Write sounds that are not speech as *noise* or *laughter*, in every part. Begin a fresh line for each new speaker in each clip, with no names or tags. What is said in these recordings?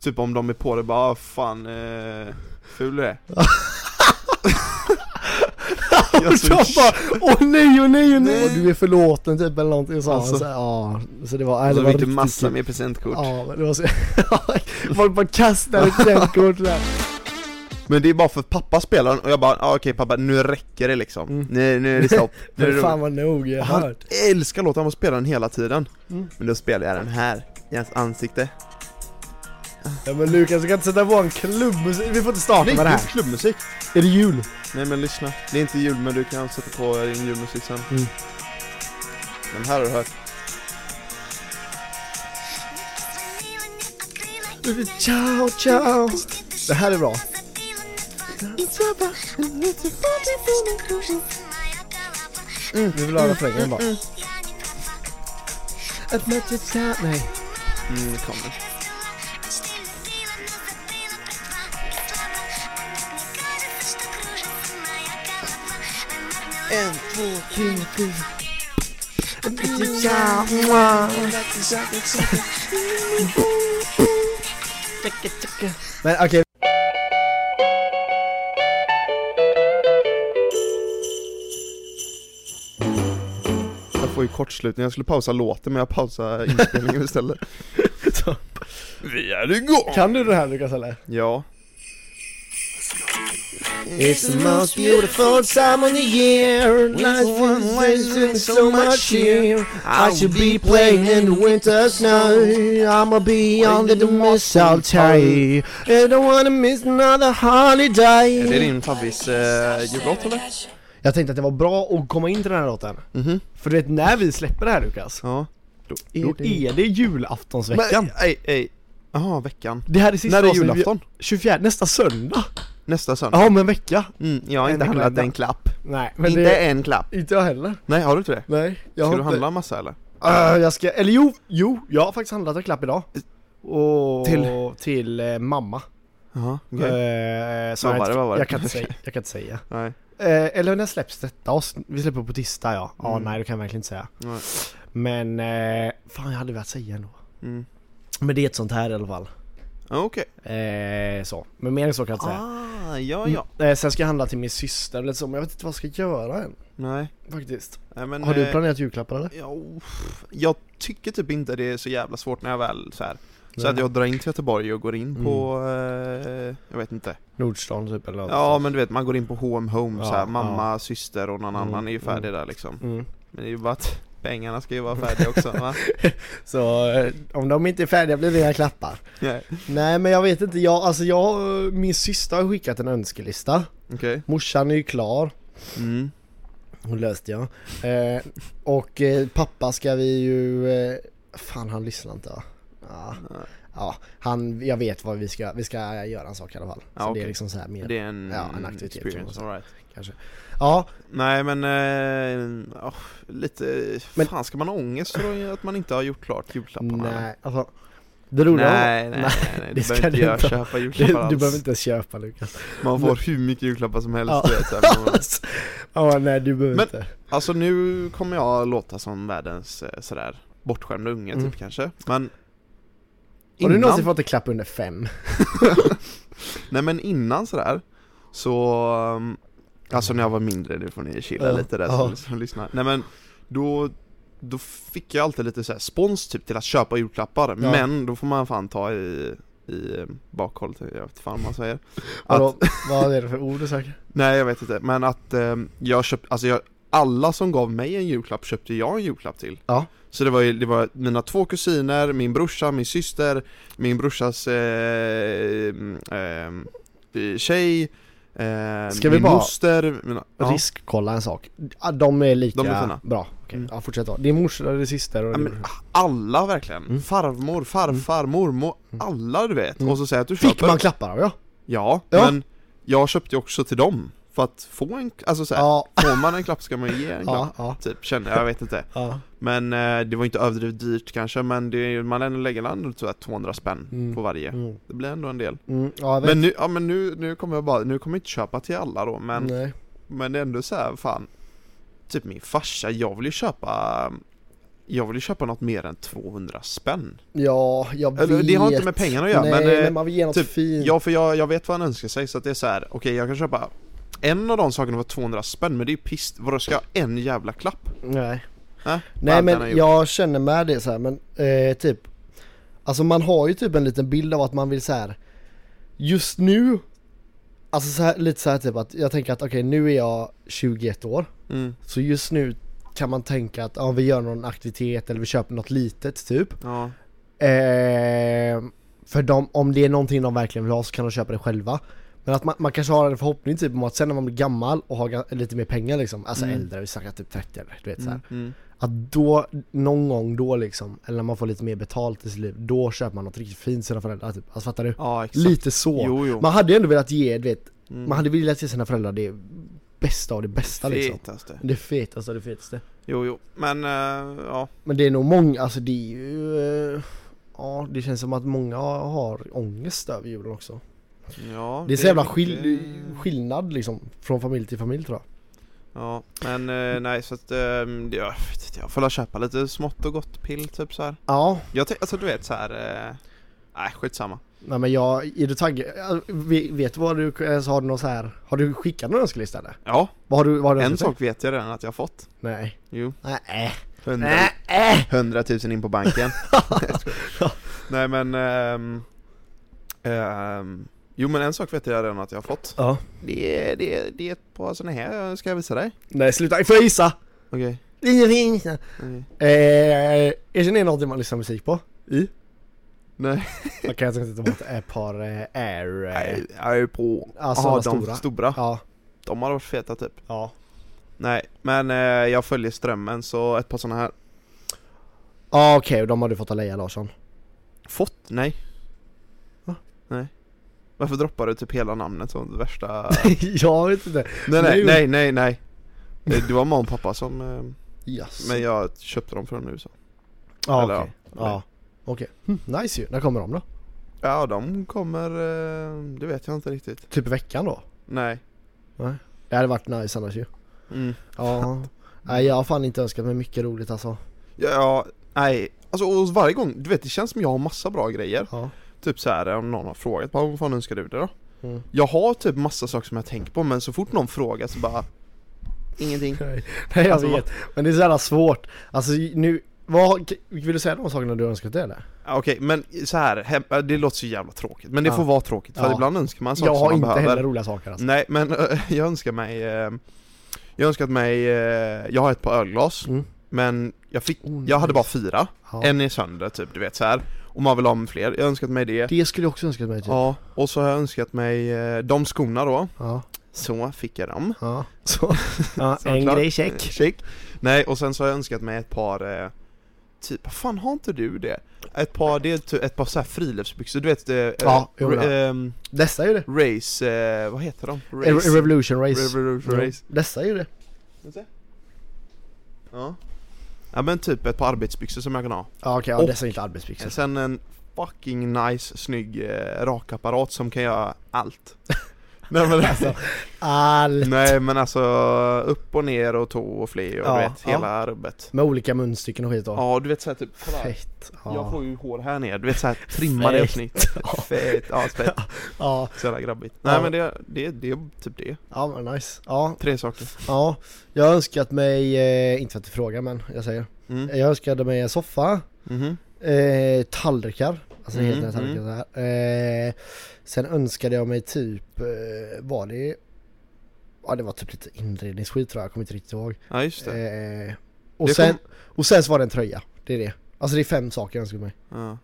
Typ om de är på det bara, ah, fan, eh, ful du
*laughs*
är
Och
så-
de bara åh nej, åh nej, åh nej.
Nej.
Alltså, Och du är förlåten typ eller någonting sa
Alltså.
han så, här, ja. Så det var, nej,
Och
det
så
var
fick du
riktigt
massa
kul.
mer presentkort
Ja, men det var så, *laughs* folk bara kastade presentkort *laughs* där.
Men det är bara för att pappa spelar den och jag bara, ah, okej pappa nu räcker det liksom
Mm.
nu, nu är det
*laughs*
stopp, nu är
Men
det
fan vad nog, jag
Och
har
han
hört.
älskar låten, han var spela den hela tiden
Mm.
Men då spelar jag den här, i hans ansikte
Ja men Lukas, du kan inte sätta på en klubbmusik, vi får inte starta med det här.
klubbmusik
Är det jul?
Nej men lyssna, det är inte jul men du kan sätta på din julmusik sen
Mm.
Den här har du hört
Ciao, ciao. Det här är bra. Mm, vi vill ha refrängen bara. Nej.
Mm, det kommer
En, två, tre, fyra. Men okej.
Jag får ju kortslutning, jag skulle pausa låten men jag pausar inspelningen istället
*laughs* Så.
Vi är igång!
Kan du det här Lukas eller?
Ja
It's the most beautiful time of the year. Life is in so much here. I should be playing in the winter snow. I'ma be under the mistletoe. I don't wanna miss another
Är det
holiday.
din favvis eh, jullåt eller?
Jag tänkte att det var bra att komma in till den här låten.
Mhm,
För du vet när vi släpper det här Lukas,
ja Då,
då är det julaftonsveckan.
Men, ej, ej Jaha, veckan
det här är sista
När är
avsnittet vi-
julafton?
24, nästa söndag.
Nästa söndag?
Ja, om en vecka.
Mm, jag har
En
inte
vecka
handlat
innan.
en klapp
Nej, men
Inte
det...
en klapp
Inte jag heller.
Nej, har du inte det?
Nej, jag
Ska
har
du
inte-
handla massa eller?
Ah, jag ska, eller jo, jo, jag har faktiskt handlat en klapp idag. Och
Till?
till eh, mamma.
Jaha, okej
Eh,
Vad
som jag
var det,
inte-
vad var det?
Jag kan inte säga. Jag kan inte säga.
Nej,
Eh, eller när släpps detta avsnitt? Vi släpper på tisdag ja. Ja,
Mm.
nej det kan jag verkligen inte säga.
nej,
Men, eh, fan jag hade velat säga ändå.
mm.
Men det är ett sånt här i alla fall.
Ja, okej
Eh, så. Men mer än så kan jag inte säga.
Ah, ja ja
Mm. Eh, sen ska jag handla till min syster eller så, men jag vet inte vad jag ska göra än.
Nej,
Faktiskt.
nej men
Har du
eh,
planerat julklappar eller?
Ja, uff. jag tycker typ inte det är så jävla svårt när jag väl så här. Så
Nej. Mm.
att jag drar in till Göteborg och går in på, eh, jag vet inte
Nordstan typ eller något
Ja
sånt.
men du vet, man går in på H&M Home
Ja,
så här, mamma, syster och någon
Mm,
annan är ju färdig där liksom
Mm.
Men det är ju bara att *laughs* pengarna ska ju vara färdiga också
*laughs*
va?
Så eh, om de inte är färdiga blir det inga klappar.
Nej.
Nej men jag vet inte, jag, alltså jag, min syster har skickat en önskelista.
Okej,
Morsan är ju klar,
mm.
hon löste jag. Eh, och eh, pappa ska vi ju, eh, fan han lyssnar inte va? Ja, ja han, jag vet vad vi ska, vi ska göra en sak i alla fall. Så
Ja,
det är
okej.
liksom så här mer,
det är en,
Ja, en aktivitet, kan man
experience,
säga.
all right.
kanske. Ja,
Nej men, eh, åh, lite,
Men-
fan ska man ha ångest för att man inte har gjort klart julklapparna? eller?
nej, alltså. Det roliga
nej, nej, nej, nej,
det
du
ska
behöver
du
inte göra,
inte ha.
köpa
*laughs* Du,
julklappar alls
du behöver inte ens köpa Lukas.
Man får hur mycket julklappar som helst
Ja.
du vet, så här, man-
*laughs* Ja, nej du behöver
Men-
inte.
*laughs* Alltså nu kommer jag låta som världens eh, sådär bortskämda unge
Mm.
typ kanske, men
Har du någonsin fått en klapp under fem?
Nej men innan sådär, så, um, alltså när jag var mindre, nu får ni chilla
Ja,
lite där
ja.
som, som lyssnar Nej men, då, då fick jag alltid lite såhär spons typ till att köpa julklappar,
Ja.
men då får man fan ta i, i eh, bakhåll, jag vet inte fan vad man säger
Vadå, vad är det för ord du söker?
Nej jag vet inte, men att eh, jag köpte, alltså jag, alla som gav mig en julklapp köpte jag en julklapp till
Ja.
Så det var ju, det var mina två kusiner, min brorsa, min syster, min brorsas eh, eh, tjej, eh,
Ska vi
min
bara-
moster, mina, *laughs* ja.
Riskkolla en sak. Ja, De är lika
De är fina.
bra. Okej,
Mm.
ja, fortsätt då. Din morsa, din syster och
Ja,
din
men,
brorsa.
alla verkligen,
Mm.
farmor, farfar, mormor, alla du vet.
Mm.
Och så säger jag att du
Fick
köper.
man klappar av ja?
Ja,
Ja.
men jag köpte ju också till dem. För att få en, alltså så här,
Ja,
får man en klapp ska man ju ge en klapp.
ja, ja.
Typ, kände jag, jag vet inte.
ja.
Men eh, det var inte överdrivet dyrt kanske, men det, är ju- man ändå lägger ändå så här 200 spänn
Mm.
på varje.
Mm.
Det blir ändå en del.
Mm. ja jag vet.
Men nu, ja men nu, nu kommer jag bara, nu kommer jag inte köpa till alla då men,
Nej.
men det är ändå så här, fan Typ min farsa, jag vill ju köpa jag vill ju köpa något mer än 200 spänn.
Ja, jag
Eller,
vet.
det har inte med pengarna att göra,
Nej,
men, eh,
man vill ge något
typ,
fint.
Ja, för jag, jag vet vad han önskar sig, så att det är så här. okej jag kan köpa en av de sakerna för 200 spänn, men det är ju piss. Vadå, ska jag ha en jävla klapp?
Nej.
Äh?
Nej men jag känner med det så här, men eh, typ Alltså man har ju typ en liten bild av att man vill så här Just nu Alltså så här, lite så här typ att jag tänker att okej nu är jag 21 år
Mm.
Så just nu kan man tänka att om vi gör någon aktivitet eller vi köper något litet typ
Ja.
eh, För de, om det är någonting de verkligen vill ha så kan de köpa det själva Men att man, man kanske har en förhoppning typ om att sen när man blir gammal och har ga- lite mer pengar liksom Alltså
Mm.
äldre, vi snackar typ 30 eller du vet så här.
Mm, mm.
Att då, någon gång då liksom, eller när man får lite mer betalt i sitt liv, då köper man något riktigt fint till sina föräldrar typ. Alltså fattar du?
ja, exakt.
Lite så.
Jo, jo.
Man hade ju ändå velat ge, du vet,
Mm.
man hade velat ge sina föräldrar det bästa av det bästa liksom.
Fetaste.
Det fetaste av det fetaste.
Jo, jo. Men, eh, ja.
Men det är nog många, alltså det är ju... eh, Ja, det känns som att många har ångest över julen också.
ja.
Det är så jävla skill-
det-
skillnad liksom, från familj till familj tror jag.
Ja, men eh, nej så att eh, det- jag vet inte, jag får väl köpa lite smått och gott pill typ så här.
Ja,
Jag tänker, alltså du vet så här. eh, nej skitsamma.
nej men jag, är du taggad? Ja, ve- Vet du vad du, alltså, har du någon så här, har du skickat någon önskelista eller?
Ja,
Vad har du, vad har du
en
önskat dig?
sak vet jag redan att jag har fått.
Nej.
Jo,
Nej.
100,
Nej.
100 000 in på *laughs* banken. nej men, ehm, ehm, jo men en sak vet jag redan att jag har fått.
Ja.
Det är, det är, det är ett par sådana här, eh, ska jag visa dig?
Nej, sluta. Får jag gissa?
Okej.
Ingenting.
okej.
Eh, erkänn det någonting man lyssnar musik på? I?
Nej,
Man kan inte ta bort ett par eh, air... eh,
nej, jag är på.
Ja, såna
Jaha, de
Alltså,
stora.
stora.
stora.
Ja.
De har varit feta typ.
Ja.
Nej, men eh, jag följer strömmen så ett par såna här
Ja okej, och de har du fått av Leia Larsson. *laughs*
Fått? Nej
Va?
Nej Varför droppar du typ hela namnet som det värsta?
jag vet inte.
nej nej
Nej.
nej nej nej Eh, Det var mamma och pappa som, eh,
Yes.
men jag köpte dem från USA
ja,
eller,
okej.
ja.
Ja. Okej. Hm, nice ju. När kommer de då?
Ja de kommer, eh, det vet jag inte riktigt
Typ i veckan då?
Nej
Det hade varit nice annars ju.
mm. *laughs*
Ja. Nej jag har fan inte önskat mig mycket roligt alltså.
ja, ja, nej Alltså och varje gång, du vet det känns som jag har massa bra grejer
Ja.
Typ så här om någon har frågat bara, vad fan önskar du dig då?
Mm.
Jag har typ massa saker som jag tänker på men så fort någon frågar så bara Ingenting
Nej, nej jag
Alltså,
vet. Men det är så jävla svårt. Alltså nu, vad, vill du säga de sakerna du önskat dig eller?
Ja, "Ah, Okej, men så här, hem, äh, det låter så jävla tråkigt, men det
Ja.
får vara tråkigt för
Ja.
ibland önskar man saker
Jag
som
har
man
inte
behöver.
heller roliga saker alltså.
Nej, men *laughs* äh, jag önskar mig, äh, jag önskar att mig, äh, jag har ett par ölglas,
Mm.
men jag fick,
Oh,
Mm. jag hade
nice.
bara fyra,
Ja.
en är sönder typ, du vet så här. och man vill ha med fler, jag önskar att mig det.
Det skulle jag också önskat mig typ. Ja.
Ja, och så har jag önskat mig äh, de skorna då,
Ja.
så fick jag dem.
ja. *laughs*
Så,
en
klart.
grej check.
Eh, check. Nej, och sen så har jag önskat mig ett par, eh, typ, vad fan har inte du det? Ett par, det är typ ett par så här friluftsbyxor, du vet det,
Ja, jo, det har
ehm,
Dessa är ju det.
Race, eh, vad heter de?
Re- Revolution Race.
Revolution
Ja.
Race.
Dessa är ju det.
Ja. ja men typ ett par arbetsbyxor som jag kan ha.
Ja okej, ja,
Och- Alltså.
dessa är inte arbetsbyxor.
Sen en fucking nice snygg eh, rakapparat som kan göra
*laughs*
allt. nej, men,
Alltså, Allt.
nej men alltså upp och ner och tå och fle och
Ja,
du vet
ja.
hela rubbet.
Med olika munstycken och skit då.
Ja du vet såhär typ, kolla. här.
Fett.
Jag
Ja.
får ju hår här nere, du vet
*laughs*
såhär trimma det och snyggt.
Ja.
Fett, ja fett.
Ja.
Så jävla grabbigt.
Ja.
Nej men det, det, det är typ det.
ja, men nice. Ja,
Tre saker.
ja. Jag har önskat mig, eh, inte för att du frågar men jag säger.
Mm.
Jag önskade mig en soffa,
Mhm.
eh, tallrikar. Alltså det heter
Mm,
tallrikar så här. Eh, sen önskade jag mig typ, eh, var det Ja det var typ lite inredningsskit tror jag, jag kommer inte riktigt ihåg.
Ja just det.
Eh, och,
Det
sen,
kom-
och sen så var det en tröja, det är det. Alltså det är fem saker jag önskar mig.
Ja.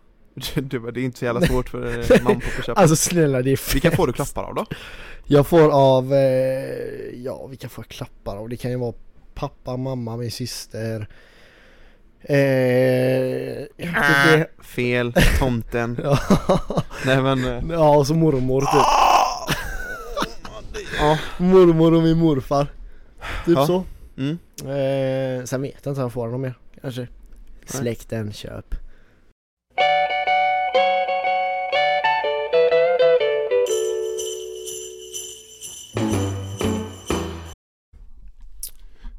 Du, du, bara, det är inte så jävla svårt
*laughs*
för eh, mamma att köpa.
Alltså snälla det är fem.
Vilka får du klappar av
*laughs*
då?
Jag får av, eh, ja vilka får jag klappar av? Det kan ju vara pappa, mamma, min syster. Eh, jag vet
Ah.
inte.
Fel, tomten.
*laughs* Ja.
Nej men... eh,
ja och så mormor typ.
ah! Ja,
Mormor och min morfar. Typ
Ja.
så.
mm.
Eh, sen vet jag inte om jag får någon mer kanske. Släkten köp.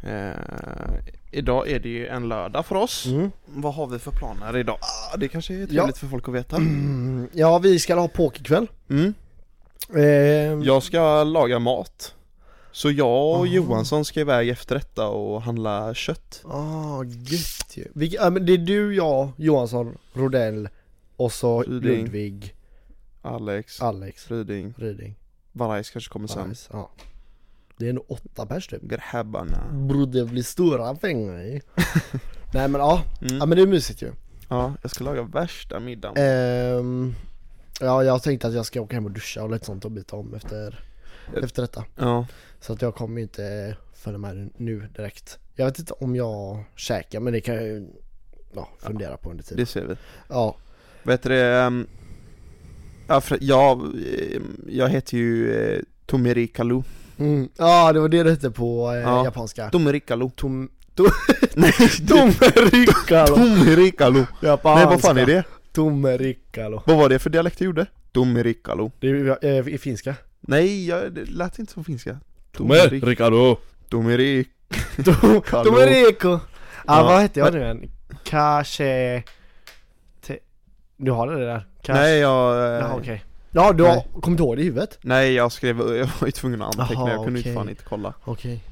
Eh, Idag är det ju en lördag för oss.
Mm.
Vad har vi för planer idag? Ah, det kanske är trevligt
Ja.
för folk att
*clears throat*
veta.
Mm. *clears throat* Ja, vi ska ha pokerkväll.
Mm.
Eh,
Jag ska laga mat. Så jag och Johansson ska iväg efter detta och handla kött.
Ah, gött ju. Vilka, ja, men det är du, jag, Johansson, Rodell och så
Ryding.
Ludvig,
Alex,
Alex,
Friding,
Ryding.
Varajs kanske kommer sen.
Nice. Ja. Det är nog åtta pers typ.
Grabbarna.
Bror det blir stora pengar *laughs* i. Nej men ja, ja men det är mysigt ju.
Mm. Ja, jag ska laga värsta middagen.
Ehm, ja jag tänkte att jag ska åka hem och duscha och lite sånt och byta om efter,
Eh.
efter detta.
Ja,
Så att jag kommer ju inte följa med nu direkt. Jag vet inte om jag käkar men det kan jag ju ja, fundera på under tiden.
det ser vi.
Ja,
Vet du det? ehm, ja, för- jag, ehm, jag heter ju eh, Tomiri Kalu.
mm. ja det var det det hette på eh,
Ja.
japanska.
Tomiri Kalu.
Tom... *laughs*
*laughs* Nej,
Tomerikkalo!
Tomiri Kalu. Nej, vad fan är det?
Tomerikkalo.
Vad var det för dialekt du gjorde? Tomiri Kalu.
Det är eh, i finska.
*laughs* Nej, jag, det lät inte som finska.
Ricardo!
Tomiri Hallå.
Domerico! Ja,
Ja,
ah, vad hette jag
men-
nu än? Kanske... Te... Du har det där? Kanske...
Nej jag, eh,
Jaha okej Ja du
Nej.
har kommit ihåg det i huvudet?
nej jag skrev, *laughs* jag var ju tvungen att anteckna,
Jaha,
jag kunde
okej.
inte fan inte kolla
Okej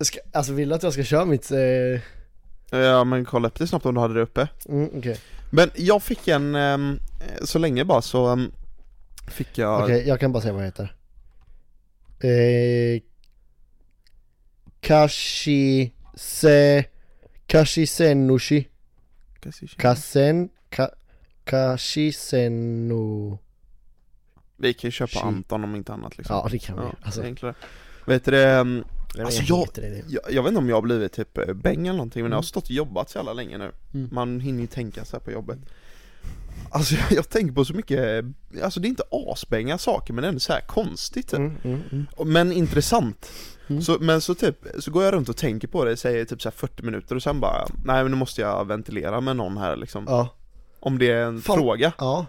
ska, Alltså vill du att jag ska köra mitt... Eh... Mm,
Ja men kolla upp det snabbt om du hade det uppe
okej
Men jag fick en, ehm, så länge bara så ehm, fick jag
Okej, jag kan bara säga vad jag heter eh... Kashi... Se... Kashi Senushi Kasen... Ka... Kashi Senu...
Vi kan ju köpa
Shit.
Anton om inte annat liksom
Ja det kan vi
Ja,
alltså,
det är enklare Vet du det, ehm,
Jag
Alltså,
vet
jag-
inte det.
jag, jag vet inte om jag har blivit typ eh, bäng eller någonting men jag har
Mm.
stått och jobbat så jävla länge nu
Mm.
Man hinner ju tänka så här på jobbet Alltså *laughs* jag, jag tänker på så mycket, alltså det är inte asbänga saker men ändå så här konstigt typ.
Mm, mm, mm.
Men intressant.
Mm.
Så, men så typ, så går jag runt och tänker på det, säger typ så här 40 minuter och sen bara Nej men nu måste jag ventilera med någon här liksom
Ja.
Om det är en
Fan.
fråga
ja.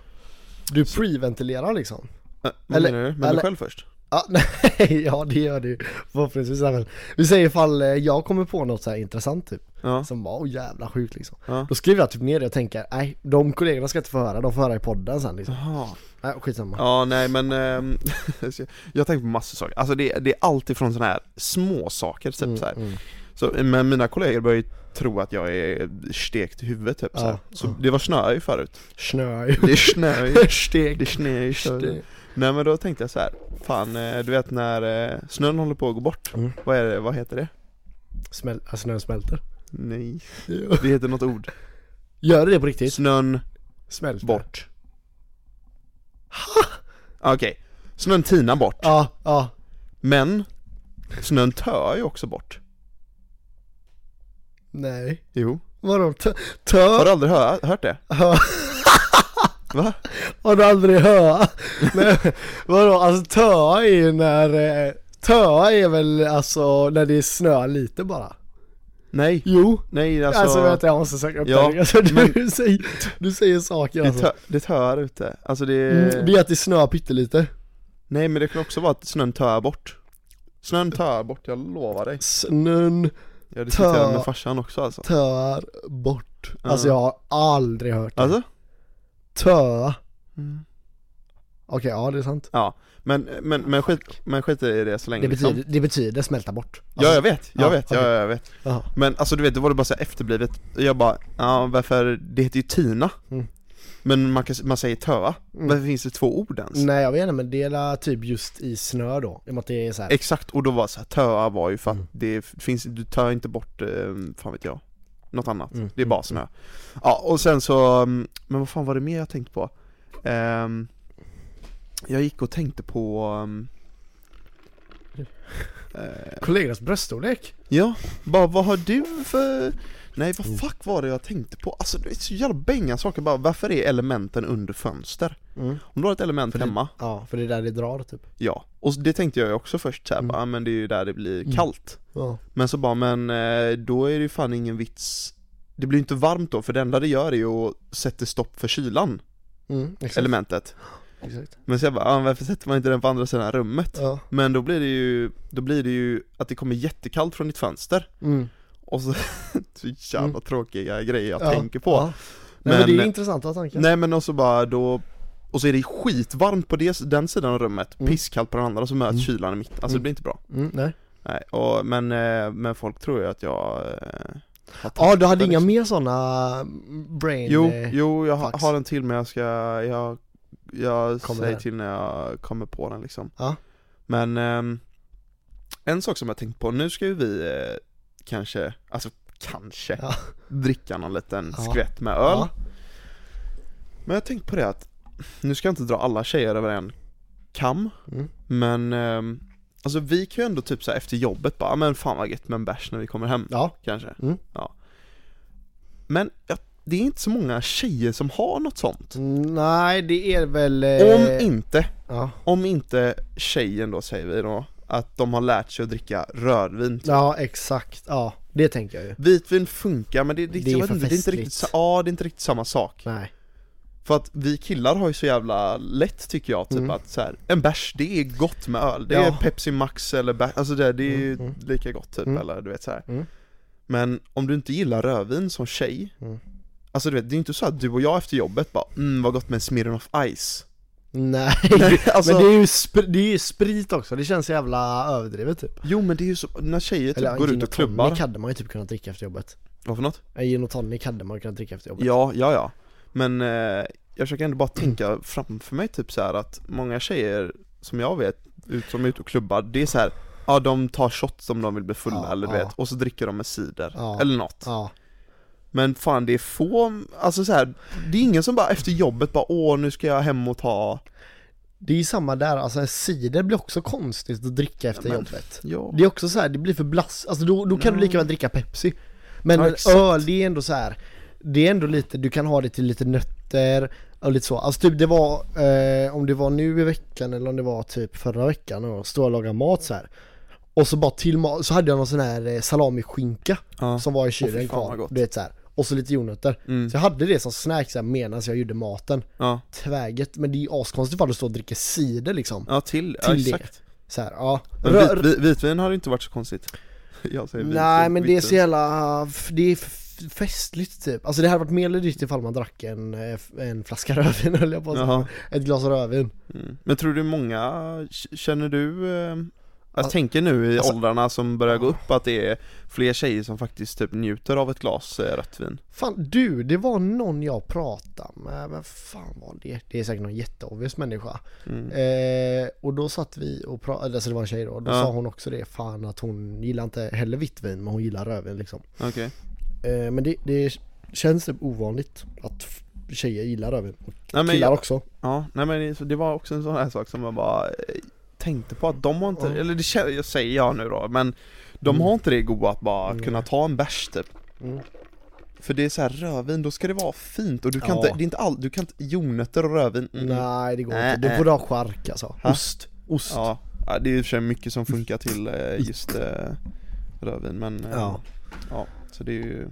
Du preventilerar liksom?
Äh, Vad
Eller-
menar du? Men
eller-
dig själv först?
Ja, *laughs* nej, ja det gör du förhoppningsvis även. Vi säger ifall eh, jag kommer på något så här intressant typ,
Ja,
som var oh, jävla sjukt liksom.
ja
Då skriver jag typ ner det och tänker, nej de kollegorna ska inte få höra, de får höra i podden sen liksom.
Jaha.
Nej skitsamma.
Ja nej men, ehm, *laughs* jag tänker på massor saker, alltså det, det är allt ifrån sådana här små saker typ
Mm,
så här.
mm.
Så, men mina kollegor börjar ju tro att jag är stekt i huvudet typ så, här.
Ja,
så
ja.
det var snö ju
*laughs*
förut
Snö
Det
*laughs*
snöar ju, det
Steg.
snöar ju förut.
Steg.
Nej men då tänkte jag så här. fan eh, du vet när eh, snön håller på att gå bort,
Mm.
vad, är det, vad heter det?
Smäl, alltså, snön smälter.
Nej, det heter något ord
Gör det på riktigt?
Snön
Smälter.
bort ah, Okej, snön tinar bort,
Ja, ja.
men snön tör ju också bort
Nej.
Jo,
Vadå? Tö?
har
tö-
du aldrig hö- hört det?
hö-
Va?
Har du aldrig hört? *laughs* Men vadå, alltså töa är ju när, eh, töa är väl alltså när det snöar lite bara?
Nej,
Jo,
nej alltså,
alltså, vänta jag måste söka upp
Ja,
det. Alltså, du,
men-
*laughs* säger, du säger saker
det,
alltså.
tö, det tör ute, alltså det,
Mm, det är att det snöar pyttelite.
nej men det kan också vara att snön tör bort Snön tör bort, jag lovar dig
Snön
Jag diskuterade
Tö.
med farsan också alltså
tör bort.
Ja.
Alltså jag har aldrig hört det.
Alltså?
Töa.
Mm.
Okej, ja det är sant.
Ja, men, men, men, skit, men skit i det så länge
Det betyder,
liksom.
det betyder smälta bort.
Ja jag vet, jag
Alltså- Ja,
vet, ja,
okej.
jag vet
Jaha.
Men alltså du vet, då var det bara så här efterblivet Jag bara, ja varför, det heter ju Tina
Mm.
Men man, kan, man säger töa,
Mm.
varför finns det två ord ens?
Nej jag vet inte men det är la typ just i snö då, i och med att det är så här.
Exakt, och då var så här, töa var ju för att
Mm.
det finns, du tör inte bort, eh, fan vet jag Något annat,
Mm.
det är bara snö Ja, och sen så, mm, men vad fan var det mer jag tänkte på? Ehm, jag gick och tänkte på
*laughs*
mm, eh,
Kollegornas bröststorlek?
Ja, bara vad har du för... Nej
Mm.
vad fuck var det jag tänkte på? Alltså det är så jävla bänga saker bara, varför är elementen under fönster?
Mm.
Om du har ett element
För det-
hemma,
Ja, för det är där det drar typ.
ja. Och det tänkte jag ju också först såhär,
Mm.
bara, ah, men det är ju där det blir
Mm.
kallt
Ja.
Men så bara, men eh, då är det ju fan ingen vits Det blir ju inte varmt då, för det enda det gör är ju att sätta stopp för kylan,
Mm, exakt.
elementet
Exakt.
Men så jag bara, ah, varför sätter man inte den på andra sidan rummet?
Ja.
Men då blir det ju, då blir det ju att det kommer jättekallt från ditt fönster
Mm.
Och så, *laughs* så jävla
Mm.
tråkiga grejer jag
Ja.
tänker på
Ja. Nej, men,
Men-
det är ju intressanta tankar.
Nej men och så bara då och så är det skitvarmt på det, den sidan av rummet,
Mm.
pisskallt på den andra och så möts
Mm.
kylan i mitten, alltså det
Mm.
blir inte bra
Mm, nej.
Nej, och, men, eh, men folk tror ju att jag eh, har
Ja, du hade
tappat
inga
liksom.
mer sådana brain...
Jo,
eh,
jo jag ha-
fax.
har en till men jag ska, jag, jag
Kommer
säger
den.
till när jag kommer på den liksom
Ja.
Men ehm, en sak som jag tänkt på, nu ska ju vi eh, kanske, alltså kanske,
Ja.
dricka någon liten
Ja.
skvätt med öl
Ja.
Men jag tänkte på det att, nu ska jag inte dra alla tjejer över en kam,
Mm.
men ehm, Alltså vi kan ju ändå typ så här efter jobbet bara, "Ah, men fan vad gött med en bärs när vi kommer hem
ja.
kanske
Mm.
Ja Men ja, det är inte så många tjejer som har något sånt
Nej, det är väl... eh,
Om inte,
Ja.
om inte tjejen då säger vi då, att de har lärt sig att dricka rödvin Typ.
ja, exakt. Ja, det tänker jag ju.
Vitvin funkar men det, det, jag
Det är ju
vet
för
inte, det är inte
festligt.
riktigt, sa- ja, det är inte riktigt samma sak
Nej.
För att vi killar har ju så jävla lätt tycker jag, typ
Mm.
att så här, en bärs det är gott med öl, det är
Ja.
Pepsi Max eller bärs, alltså det, det är ju
Mm, mm.
lika gott typ
Mm.
eller du vet så här.
Mm.
Men om du inte gillar rödvin som tjej,
Mm.
alltså du vet det är inte så att du och jag efter jobbet bara mm vad gott med en Smirnoff Ice *laughs*
Nej.
alltså,
*laughs* Men det är, ju spr- det är ju sprit också, det känns jävla överdrivet typ.
Jo men det är ju så, när tjejer typ
Eller
går
gin
ut och
tonic
klubbar,
hade man ju typ kunnat dricka efter jobbet.
vad för något?
En gin och tonic hade man kunnat dricka efter jobbet.
Ja, ja, ja. Men eh, jag försöker ändå bara tänka framför mig typ så här att många tjejer som jag vet, ut, som är ute och klubbar, det är så här Ja de tar shots om de vill bli fulla
Ja,
eller du
ja.
vet, och så dricker de med cider,
Ja.
eller något
Ja.
Men fan det är få, alltså så här, det är ingen som bara efter jobbet bara åh nu ska jag hem och ta
Det är ju samma där, alltså en cider blir också konstigt att dricka efter
men-
jobbet.
Ja,
Det är också så här, det blir för blass, alltså då, då kan du lika väl dricka Pepsi. Men
Mm. Ja,
en
exakt.
öl, det är ändå så här. det är ändå lite, du kan ha det till lite nötter och lite så. Alltså typ det var, eh, om det var nu i veckan eller om det var typ förra veckan, och stod jag och lagade mat så här. Och så bara till mat, så hade jag någon sån här eh, salamiskinka
ja.
som var i
Åh,
kylen
fy fan, vad
kvar.
gott.
Du vet så här. Och så lite jordnötter.
Mm.
Så jag hade det som snack så här, medan jag gjorde maten.
ja,
Tvärget, men det är ju askonstigt ifall du står och dricker cider liksom.
ja till, ja,
Till det.
exakt
Så här, ja.
Men
Rö-
vit, vit, vitvin har inte varit så konstigt *laughs* jag säger vitvin,
Nej men det är
vitvin.
så jävla, det är f- festligt typ. Alltså det hade varit mer lydigt ifall man drack en, eh, f- en flaska *laughs* rödvin höll jag på att säga.
Jaha.
Ett glas rödvin.
Mm. Men tror du många, k- känner du, eh, jag
Al-
tänker nu i
alltså-
åldrarna som börjar gå upp att det är fler tjejer som faktiskt typ njuter av ett glas eh, rött vin?
Fan du, det var någon jag pratade med, men fan var det? Det är säkert någon jätteobvious människa.
Mm.
Eh, och då satt vi och pratade, alltså det var en tjej då, då
Ja.
sa hon också det, fan att hon gillar inte heller vitt vin men hon gillar rödvin liksom.
Okej,
Eh, men det, det känns typ ovanligt att f- tjejer gillar rödvin och
nej men,
killar
jag,
också.
ja, nej men det- det var också en sån här sak som jag bara eh, tänkte på att de har inte,
Ja.
eller det kä- jag säger jag nu då, men de
Mm.
har inte det goda att bara
Nej.
kunna ta en bärs typ
Mm.
För det är så här rödvin, då ska det vara fint och du kan
Ja.
inte, det är inte all, du kan inte, jordnötter och rödvin, mm.
Nej det går
Nej,
inte,
nej.
då får du ha chark alltså.
Ha?
Ost, ost.
Ja, ja, det är i och för sig mycket som funkar till eh, just eh, rödvin men eh,
Ja.
ja, så det är ju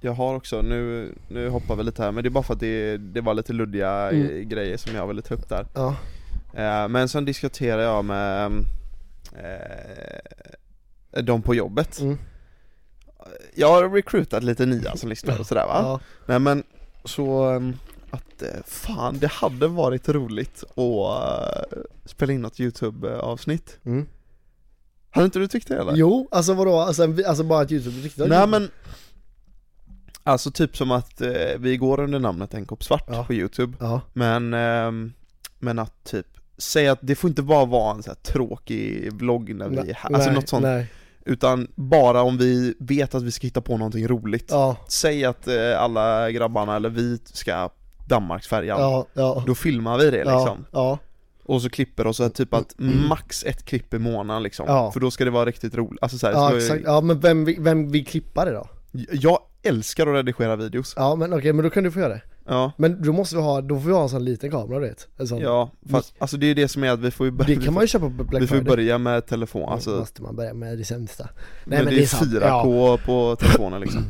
Jag har också, nu, nu hoppar vi lite här men det är bara för att det, det var lite luddiga eh, grejer som jag ville ta upp där
Ja.
eh, Men sen diskuterade jag med eh, de på jobbet
Mm.
Jag har recruitat lite nya som lyssnar och sådär va?
Ja.
Nej men, så ehm, att eh, fan det hade varit roligt att eh, spela in något YouTube-avsnitt
Mm.
Hade inte du tyckt det eller?
Jo, alltså vadå? Alltså, en vi- alltså bara ett YouTube-rykte?
Nej men Alltså typ som att eh, vi går under namnet En kopp svart
Ja.
på YouTube
Ja,
Men, ehm, men att typ Säg att det får inte bara vara en så här tråkig vlogg när vi är här, alltså något sånt
Nej,
Utan bara om vi vet att vi ska hitta på någonting roligt
ja,
Säg att eh, alla grabbarna eller vi ska Danmarksfärjan
ja, ja
Då filmar vi det liksom
Ja, Mm.
Och så klipper och så här typ att max ett klipp i månaden liksom
Ja.
För då ska det vara riktigt roligt, alltså så här,
ja, ja
så
exakt, ja men vem, vi- vem vill klippa det då?
jag, jag älskar att redigera videos
Ja men okej, men då kan du få göra det
Ja,
Men då måste vi ha, då får vi ha en sån liten kamera du vet en sån,
ja, fast alltså det är ju det som är att vi får ju börja,
Det kan man ju köpa på Black
vi får ju
Friday
börja med telefon, alltså
Måste man börja med det sämsta Nej
men, det är
sant.
4K
ja.
på telefonen liksom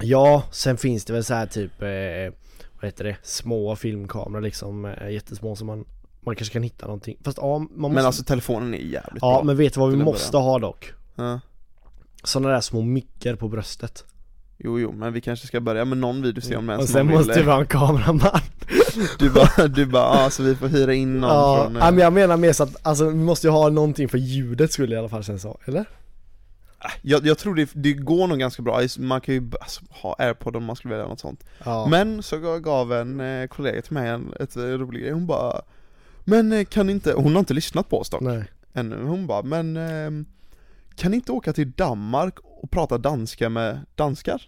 ja, sen finns det väl så här typ eh, Vad heter det? Små filmkameror liksom eh, Jättesmå som man Man kanske kan hitta någonting Fast ja, man måste
Men alltså telefonen är jävligt
Ja
bra
men vet du vad vi
till en
måste ha dock?
ja.
Såna där små mickar på bröstet
Jo jo, men vi kanske ska börja med någon video se om ens
Och sen
någon
måste
vill
vi ha en kameraman
Du bara, du bara, ja så vi får hyra in någon
Ja,
från eh,
ja men jag menar mer så att alltså, vi måste ju ha någonting för ljudet skulle i alla fall känns så, eller?
jag, jag tror det, det går nog ganska bra, man kan ju b- alltså, ha airpod om man skulle välja något sånt
Ja.
Men så gav- gav en eh, kollega till mig en ett, eh, rolig grej, hon bara Men eh, kan inte, hon har inte lyssnat på oss dock
Nej.
ännu, hon bara men ehm, Kan ni inte åka till Danmark och prata danska med danskar?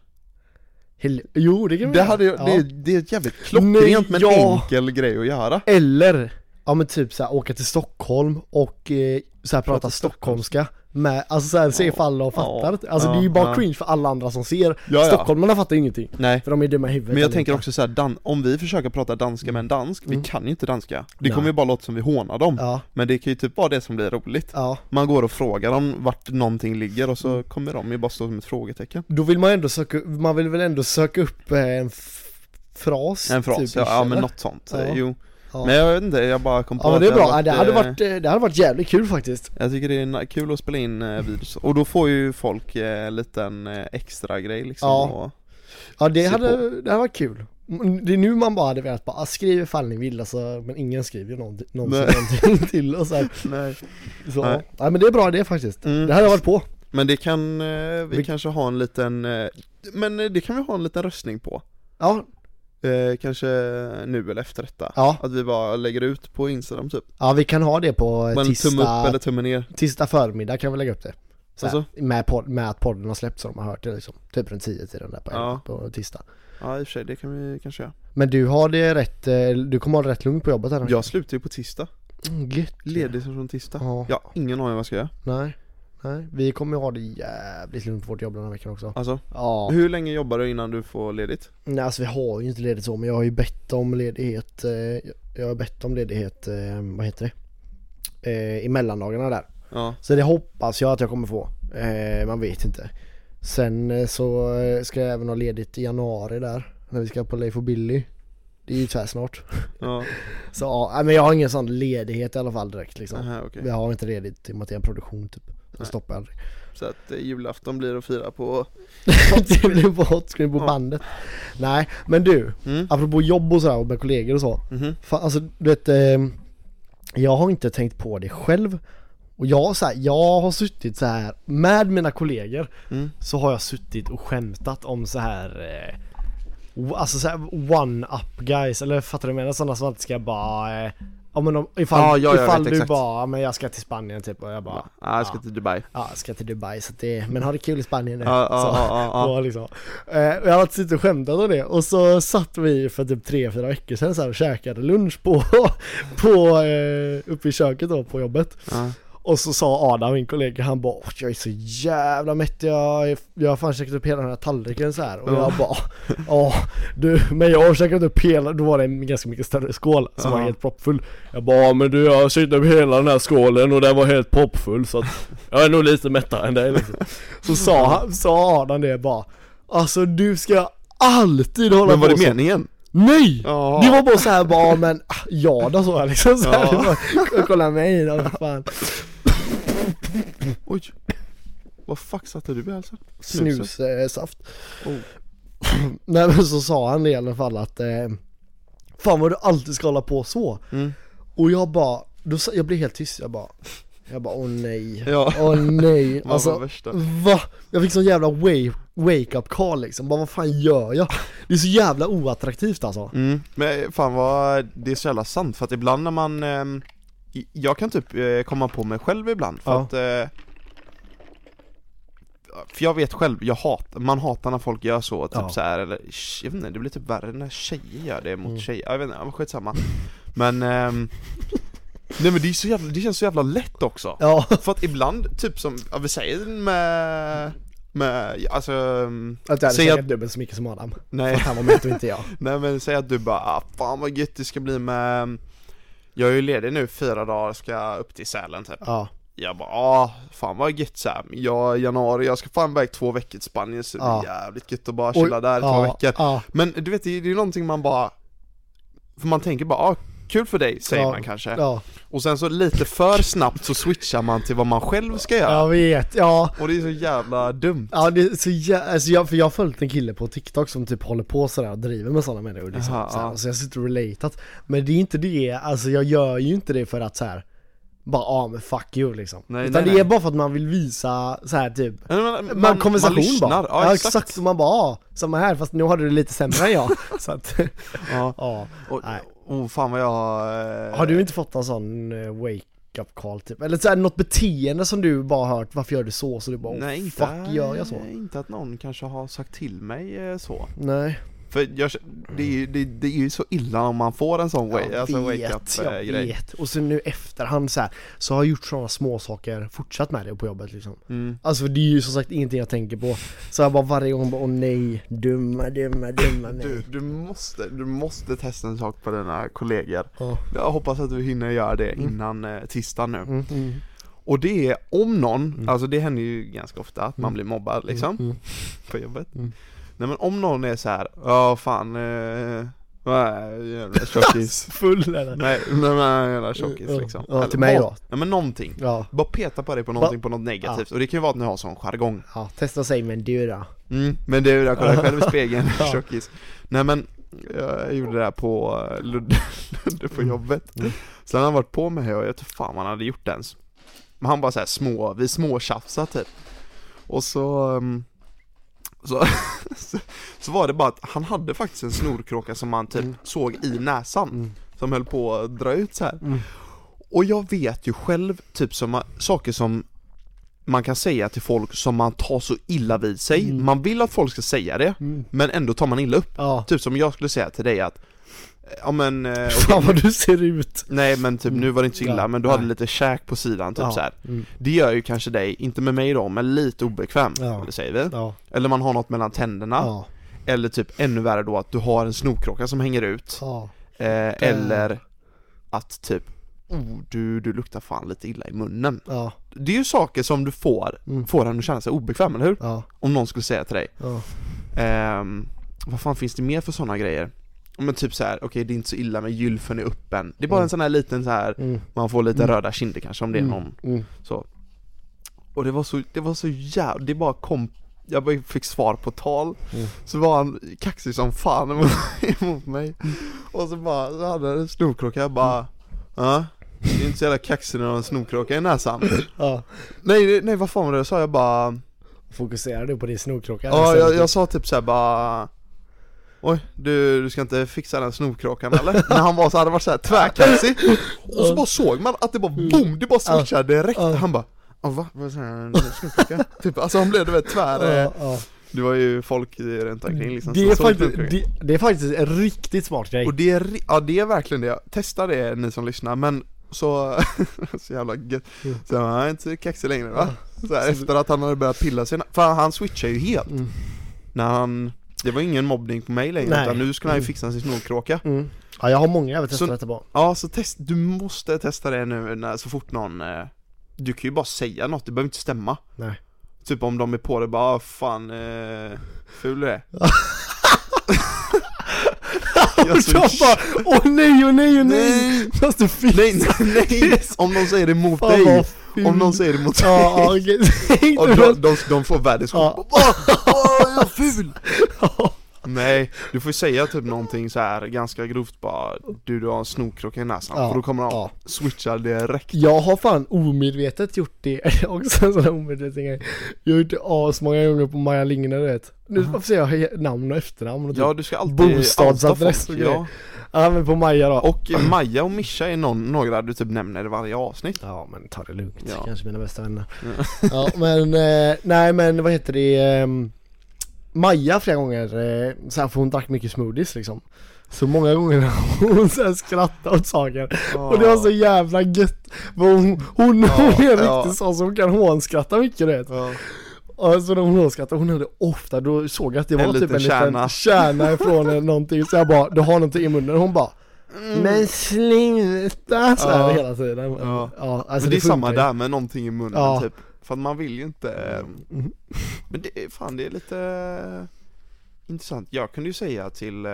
Hel- jo det kan vi
Det,
göra.
hade, jag-
Mm.
det,
ja.
det är ett jävligt klockrent men
Nej, ja.
enkel grej att göra
Eller, ja men typ såhär åka till Stockholm och eh, såhär prata,
Prata
stockholmska med, alltså såhär se
Ja.
ifall de fattar
Ja.
Alltså det är ju
Ja.
bara
Ja.
cringe för alla andra som ser
Ja, ja.
Stockholmarna fattar ju ingenting
Nej
För de är dumma i huvudet
men jag
allihopa.
tänker också såhär, dan- om vi försöker prata danska med en dansk, vi kan ju inte danska Det
Mm. Nej.
kommer ju bara låta som vi hånar dem
Ja,
Men det kan ju typ vara det som blir roligt
ja
Man går och frågar dem vart någonting ligger och
Mm.
så kommer de ju bara stå som ett frågetecken
Då vill man ändå söka, man vill väl ändå söka upp eh, en f- fras
En fras,
typ,
ja, ja
eller?
men något sånt,
Ja.
jo
Ja.
Men jag vet inte, jag bara kom på
Ja men det är
att
bra, det hade,
eh,
varit, eh, det hade varit jävligt kul faktiskt
Jag tycker det är na- kul att spela in eh, videos, och då får ju folk eh, en liten eh, extra grej liksom
Ja.
och,
Ja det
Se
hade, det hade varit kul Mm, Det är nu man bara hade velat bara, "Ah, skriv ifall ni vill alltså, men ingen skriver ju någon, någonsin
Nej.
någonting *laughs* till och så, här,
Nej.
så.
Nej.
Nej. men det är bra det faktiskt
Mm.
Det hade jag varit på
Men det kan, eh, vi
Vi-
kanske har en liten, eh, men eh, det kan vi ha en liten röstning på
Ja,
eh, Kanske nu eller efter detta
ja,
Att vi bara lägger ut på Instagram typ,
ja vi kan ha det på
men
eh,
tumme upp
tisdag,
eller tumme ner
tisdag förmiddag kan vi lägga upp det så här,
Alltså?
med, podd, med att podden har släppts så de har hört det liksom Typ runt 10 tiden där på,
Ja.
på tisdag
Ja i och för sig, det kan vi kanske göra
Men du har det rätt, eh, du kommer ha det rätt lugnt på jobbet här nu?
Jag slutar ju på tisdag,
Mm, gött.
ledig från tisdag
Ja,
Jag har ingen aning vad jag ska göra,
nej, nej Vi kommer ha det jävligt lugnt på vårt jobb den här veckan också
alltså
Ja
Hur länge jobbar du innan du får ledigt?
Nej alltså vi har ju inte ledigt så men jag har ju bett om ledighet eh, Jag har bett om ledighet, eh, vad heter det? Eh, I mellandagarna där
Ja,
Så det hoppas jag att jag kommer få eh, Man vet inte Sen eh, så eh, ska jag även ha ledigt i januari där När vi ska på Leif och Billy Det är ju tvärsnart
ja,
*laughs* Så ja, nej, men jag har ingen sån ledighet i alla fall direkt liksom
Aha, okej
Vi har inte ledigt i och med att det är en produktion typ Så
Nej.
stoppar
*laughs*
jag aldrig *laughs*
Så att eh, julafton blir att fira på
Det blir på hotscreen på
Ja.
bandet Nej men du,
mm.
apropå jobb och sådär och med kollegor och så
Mhm.
Fan, alltså du vet, eh, jag har inte tänkt på det själv. Och jag, har så här, jag har suttit så här med mina kollegor
Mm.
så har jag suttit och skämtat om så här eh, o- Alltså så här one up guys, eller fattar du vad jag menar? Sådana som alltid ska bara eh, Ja men om, ifall,
Ja, ja, jag
ifall
vet
du
exakt.
bara, "Ja, men jag ska till Spanien typ och jag bara
Ja, jag ska
ja.
till Dubai
Ja, jag ska till Dubai så att det, men har det kul i Spanien nu
Ja, ja,
*laughs* så.
ja, ja, ja.
Ja. Liksom. Eh, och jag har alltid suttit och skämtat om det och så satt vi för typ tre fyra veckor sedan så här och käkade lunch på, *laughs* på eh, uppe i köket då på jobbet.
Ja.
Och så sa Adam, min kollega, han bara "Åh, jag är så jävla mätt, jag, är- jag har fan käkat upp hela den här tallriken så här. Och
Ja.
jag bara ja du, men jag har käkat upp hela, då var det en ganska mycket större skål som
Ja.
var helt proppfull. Jag bara "Ja, men du jag har käkat upp hela den här skålen och den var helt proppfull så att jag är nog lite mättare än dig liksom. Så sa, han- sa Adam det bara Alltså du ska alltid hålla
Men var
på
det
så."
meningen?
Nej!
Ja.
Det var bara så här bara, men ah, ja då så här liksom så här,
Ja.
det var- "K- *laughs* Kolla mig då, vad fan
Oj Vad fuck satte du i alltså? halsen?
Snussaft
Oh.
*laughs* Nej men så sa han det i alla fall att eh, Fan vad du alltid ska hålla på så
Mm.
Och jag bara, då, sa- jag blev helt tyst, jag bara Jag bara åh nej,
*laughs* Ja,
åh nej
vad var
alltså,
värsta?
Va? Jag fick sån jävla wake, wake up call liksom, bara vad fan gör jag? Det är så jävla oattraktivt alltså
Mm. Men fan vad, det är så jävla sant för att ibland när man ehm, i- Jag kan typ eh, komma på mig själv ibland för
Ja.
att eh, För jag vet själv, jag hatar, man hatar när folk gör så, typ
Ja.
så här, eller sh- jag vet inte, det blir typ värre när tjejer gör det
Mm.
mot tjejer, jag vet inte, ja, skitsamma Men ehm, Nej men det är så jävla, det känns så jävla lätt också
Ja, *laughs*
För att ibland, typ som, ja, vi säger med Men alltså, mm,
Att jag hade
Säg
käkat
att-
dubbelt så mycket som Adam. För att
nej,
han var mätt och inte jag.
nej men säg att du bara ah, 'Fan vad gött det ska bli med' Jag är ju ledig nu fyra dagar, ska upp till Sälen typ
Ja,
Jag bara ah, fan vad gött såhär, jag januari, jag ska fan iväg två veckor till Spanien så det blir
Ja.
jävligt gött att bara
Oj,
chilla där i två
ja,
veckor
ja.
Men du vet, det är det är någonting man bara För man tänker bara, ah, kul för dig, säger
Ja,
man kanske
Ja,
Och sen så lite för snabbt så switchar man till vad man själv ska göra
jag vet. Ja,
Och det är så jävla dumt
ja det är så jä- alltså jag, för jag har följt en kille på TikTok som typ håller på sådär och driver med sådana människor liksom.
Jaha,
såhär,
ja.
Så jag sitter och relatat. Men det är inte det, alltså jag gör ju inte det för att såhär bara ah men fuck you liksom.
Nej,
Utan
nej,
det
nej.
är bara för att man vill visa såhär typ
Men man, man,
man, konversation
lyssnar.
bara.
Ja, exakt,
och man bara ah, samma här fast nu har du det lite sämre
*laughs*
än jag. så att, *laughs*
Ja.
ja.
Och,
Nej.
oh, fan vad jag... eh,
Har du inte fått någon sån eh, wake up call typ? Eller så här, något beteende som du bara hört, varför gör du så? Så du bara
Nej,
oh,
inte,
fuck gör jag så?
inte att någon kanske har sagt till mig eh, så
Nej,
För jag, det, är ju, det, det är ju så illa om man får en sån way, alltså wake up
jag
eh, grej
vet. Och sen nu efterhand så här, så har jag gjort sådana små saker, fortsatt med det på jobbet liksom.
mm.
Alltså det är ju som sagt ingenting jag tänker på. Så jag bara varje gång bara åh nej, dumma,
*laughs*
dumma, dumma nej.
du, du, måste, du måste testa en sak på dina kollegor
Ja.
Jag hoppas att du hinner göra det
Mm.
innan eh, tisdagen nu
Mm, mm,
Och det är om någon,
Mm.
alltså det händer ju ganska ofta att man
Mm.
blir mobbad liksom
mm, mm.
*laughs* på jobbet
Mm.
Nej men om någon är så här, ja fan, eh, vad är
*laughs*
det, jävla tjockis?
Full eller?
nej, *laughs* nej men jävla tjockis liksom
Ja, till
Eller
mig
vad-
då.
Nej men någonting
Ja,
Bara peta på dig på någonting, på något negativt, och det kan ju vara att ni har sån jargong
ja testa att säga men du då?
mm, Men du, jag kollar
*laughs*
själv i spegeln,
Ja.
tjockis Nej men, jag gjorde det här på eh, Ludde, *laughs* Ludde på jobbet
Mm.
Sen har han varit på mig och jag vet inte fan vad han hade gjort ens Men han bara såhär små, vi småtjafsade typ Och så, ehm, så, *laughs* så Så var det bara att han hade faktiskt en snorkråka som han typ såg i näsan
Mm.
Som höll på att dra ut så här.
Mm.
Och jag vet ju själv typ som, man- saker som man kan säga till folk som man tar så illa vid sig
Mm.
Man vill att folk ska säga det,
Mm.
men ändå tar man illa upp
Ja.
Typ som jag skulle säga till dig att Ja
*laughs*
men, eh, okej,
Fan vad du ser ut!
nej men typ nu var det inte så illa
Ja,
men du hade
nej.
lite käk på sidan typ
ja.
så här.
Mm.
Det gör ju kanske dig, inte med mig då, men lite obekväm,
Ja.
eller säger vi
Ja.
Eller man har något mellan tänderna,
Ja.
eller typ ännu värre då att du har en snorkråka som hänger ut
ja.
Eh, eller att typ oh, du, du luktar fan lite illa i munnen.
Ja.
Det är ju saker som du får,
Mm.
får en att känna sig obekväm, eller hur?
Ja.
Om någon skulle säga till dig.
Ja.
Ehm, vad fan finns det mer för sådana grejer? Men typ så här, okej det är inte så illa men gylfen är öppen. Det är bara
Mm.
en sån här liten så här
Mm.
man får lite
Mm.
röda kinder kanske om det är
Mm.
någon
Mm.
så. Och det var så, det var så jävla, det bara kom jag bara fick svar på tal,
Mm.
så var han kaxig som fan *laughs* emot, emot mig Och så bara, så hade han en snorkråka, jag bara Ja, det är inte så jävla kaxig när du har en snorkråka i
*coughs*
näsan
ja.
Nej, nej, nej vad fan var det jag sa? Jag bara
Fokuserar du på din snorkråka?
Ja, jag, jag sa typ såhär bara Oj, du, du ska inte fixa den snorkråkan
*laughs*
eller? När han var så hade varit såhär tvärkaxig Och så bara såg man att det bara boom, det bara switchade direkt
Ja.
Han bara Ja va? Vad sa han? Snorkråka? Typ, alltså han blev du vet tvär eh,
Ja, ja.
Det var ju folk runt omkring liksom
Det,
som
är
såg
faktiskt,
snorkråkan.
det, det är faktiskt en riktigt smart grej.
Och det är, ri- ja det är verkligen det, testa det ni som lyssnar men så, *laughs* så jävla gött
Mm.
Så han är inte kaxig längre va? Så här, efter att han hade börjat pilla sina, för han switchar ju helt
Mm.
När han, det var ingen mobbning på mig längre
Nej.
utan nu skulle han ju
Mm.
fixa sin snorkråka
Mm. Ja, jag har många jag vill testa
Så-
detta på.
Ja så test, du måste testa det nu när, så fort någon eh, Du kan ju bara säga något, det behöver inte stämma
Nej.
Typ om de är på det bara "Ah, fan, eh, ful du är
*laughs*
Jag
Och jag bara, åh nej, åh nej, åh nej!
Nej!
Måste fixa
Nej,
*laughs*
nej, nej! Om de säger det mot dig, om någon säger det mot dig
Ja,
*laughs*
ja, okej.
och de, de, de får världens chock,
Ja.
Åh, åh, jag är ful!
Ja.
Nej, du får säga typ någonting så här ganska grovt bara Du, du har en snorkråka i näsan,
Ja,
för då kommer de
*laughs* ja.
switcha direkt
Jag har fan omedvetet gjort det *laughs* också, en sån här omedveten grej. Jag har gjort det asmånga gånger på Maja Lingner du vet. Nu varför säger jag namn och efternamn och typ.
Ja du ska alltid
Bostadsadress
outa
och
folk,
grejer.
ja.
Ja men på Maja då.
Och eh, Maja och Mischa är någon, några du typ nämner i varje avsnitt
Ja men ta det lugnt,
Ja.
kanske mina bästa vänner.
Ja.
*laughs* ja men, eh, nej men vad heter det, ehm, Maja flera gånger, eh, så här, för hon drack mycket smoothies liksom. Så många gånger har hon så här skrattat åt saker. Och det var så jävla gött. För Hon, hon, hon är
ja.
riktigt sån som kan hånskratta mycket du vet.
ja.
Alltså när hon skrattade, hon hade ofta, då såg jag att det var
En
typ
liten
en
kärna.
liten kärna ifrån någonting Så jag bara, du har någonting i munnen, hon bara Men sluta! Så här
Mm. Ja.
hela tiden
Ja.
alltså
men det är samma
funkar ju.
där med någonting i munnen
Ja. Mm-hmm.
typ För att man vill ju inte eh, Men det, är- fan det är lite eh, Intressant, jag kunde ju säga till eh,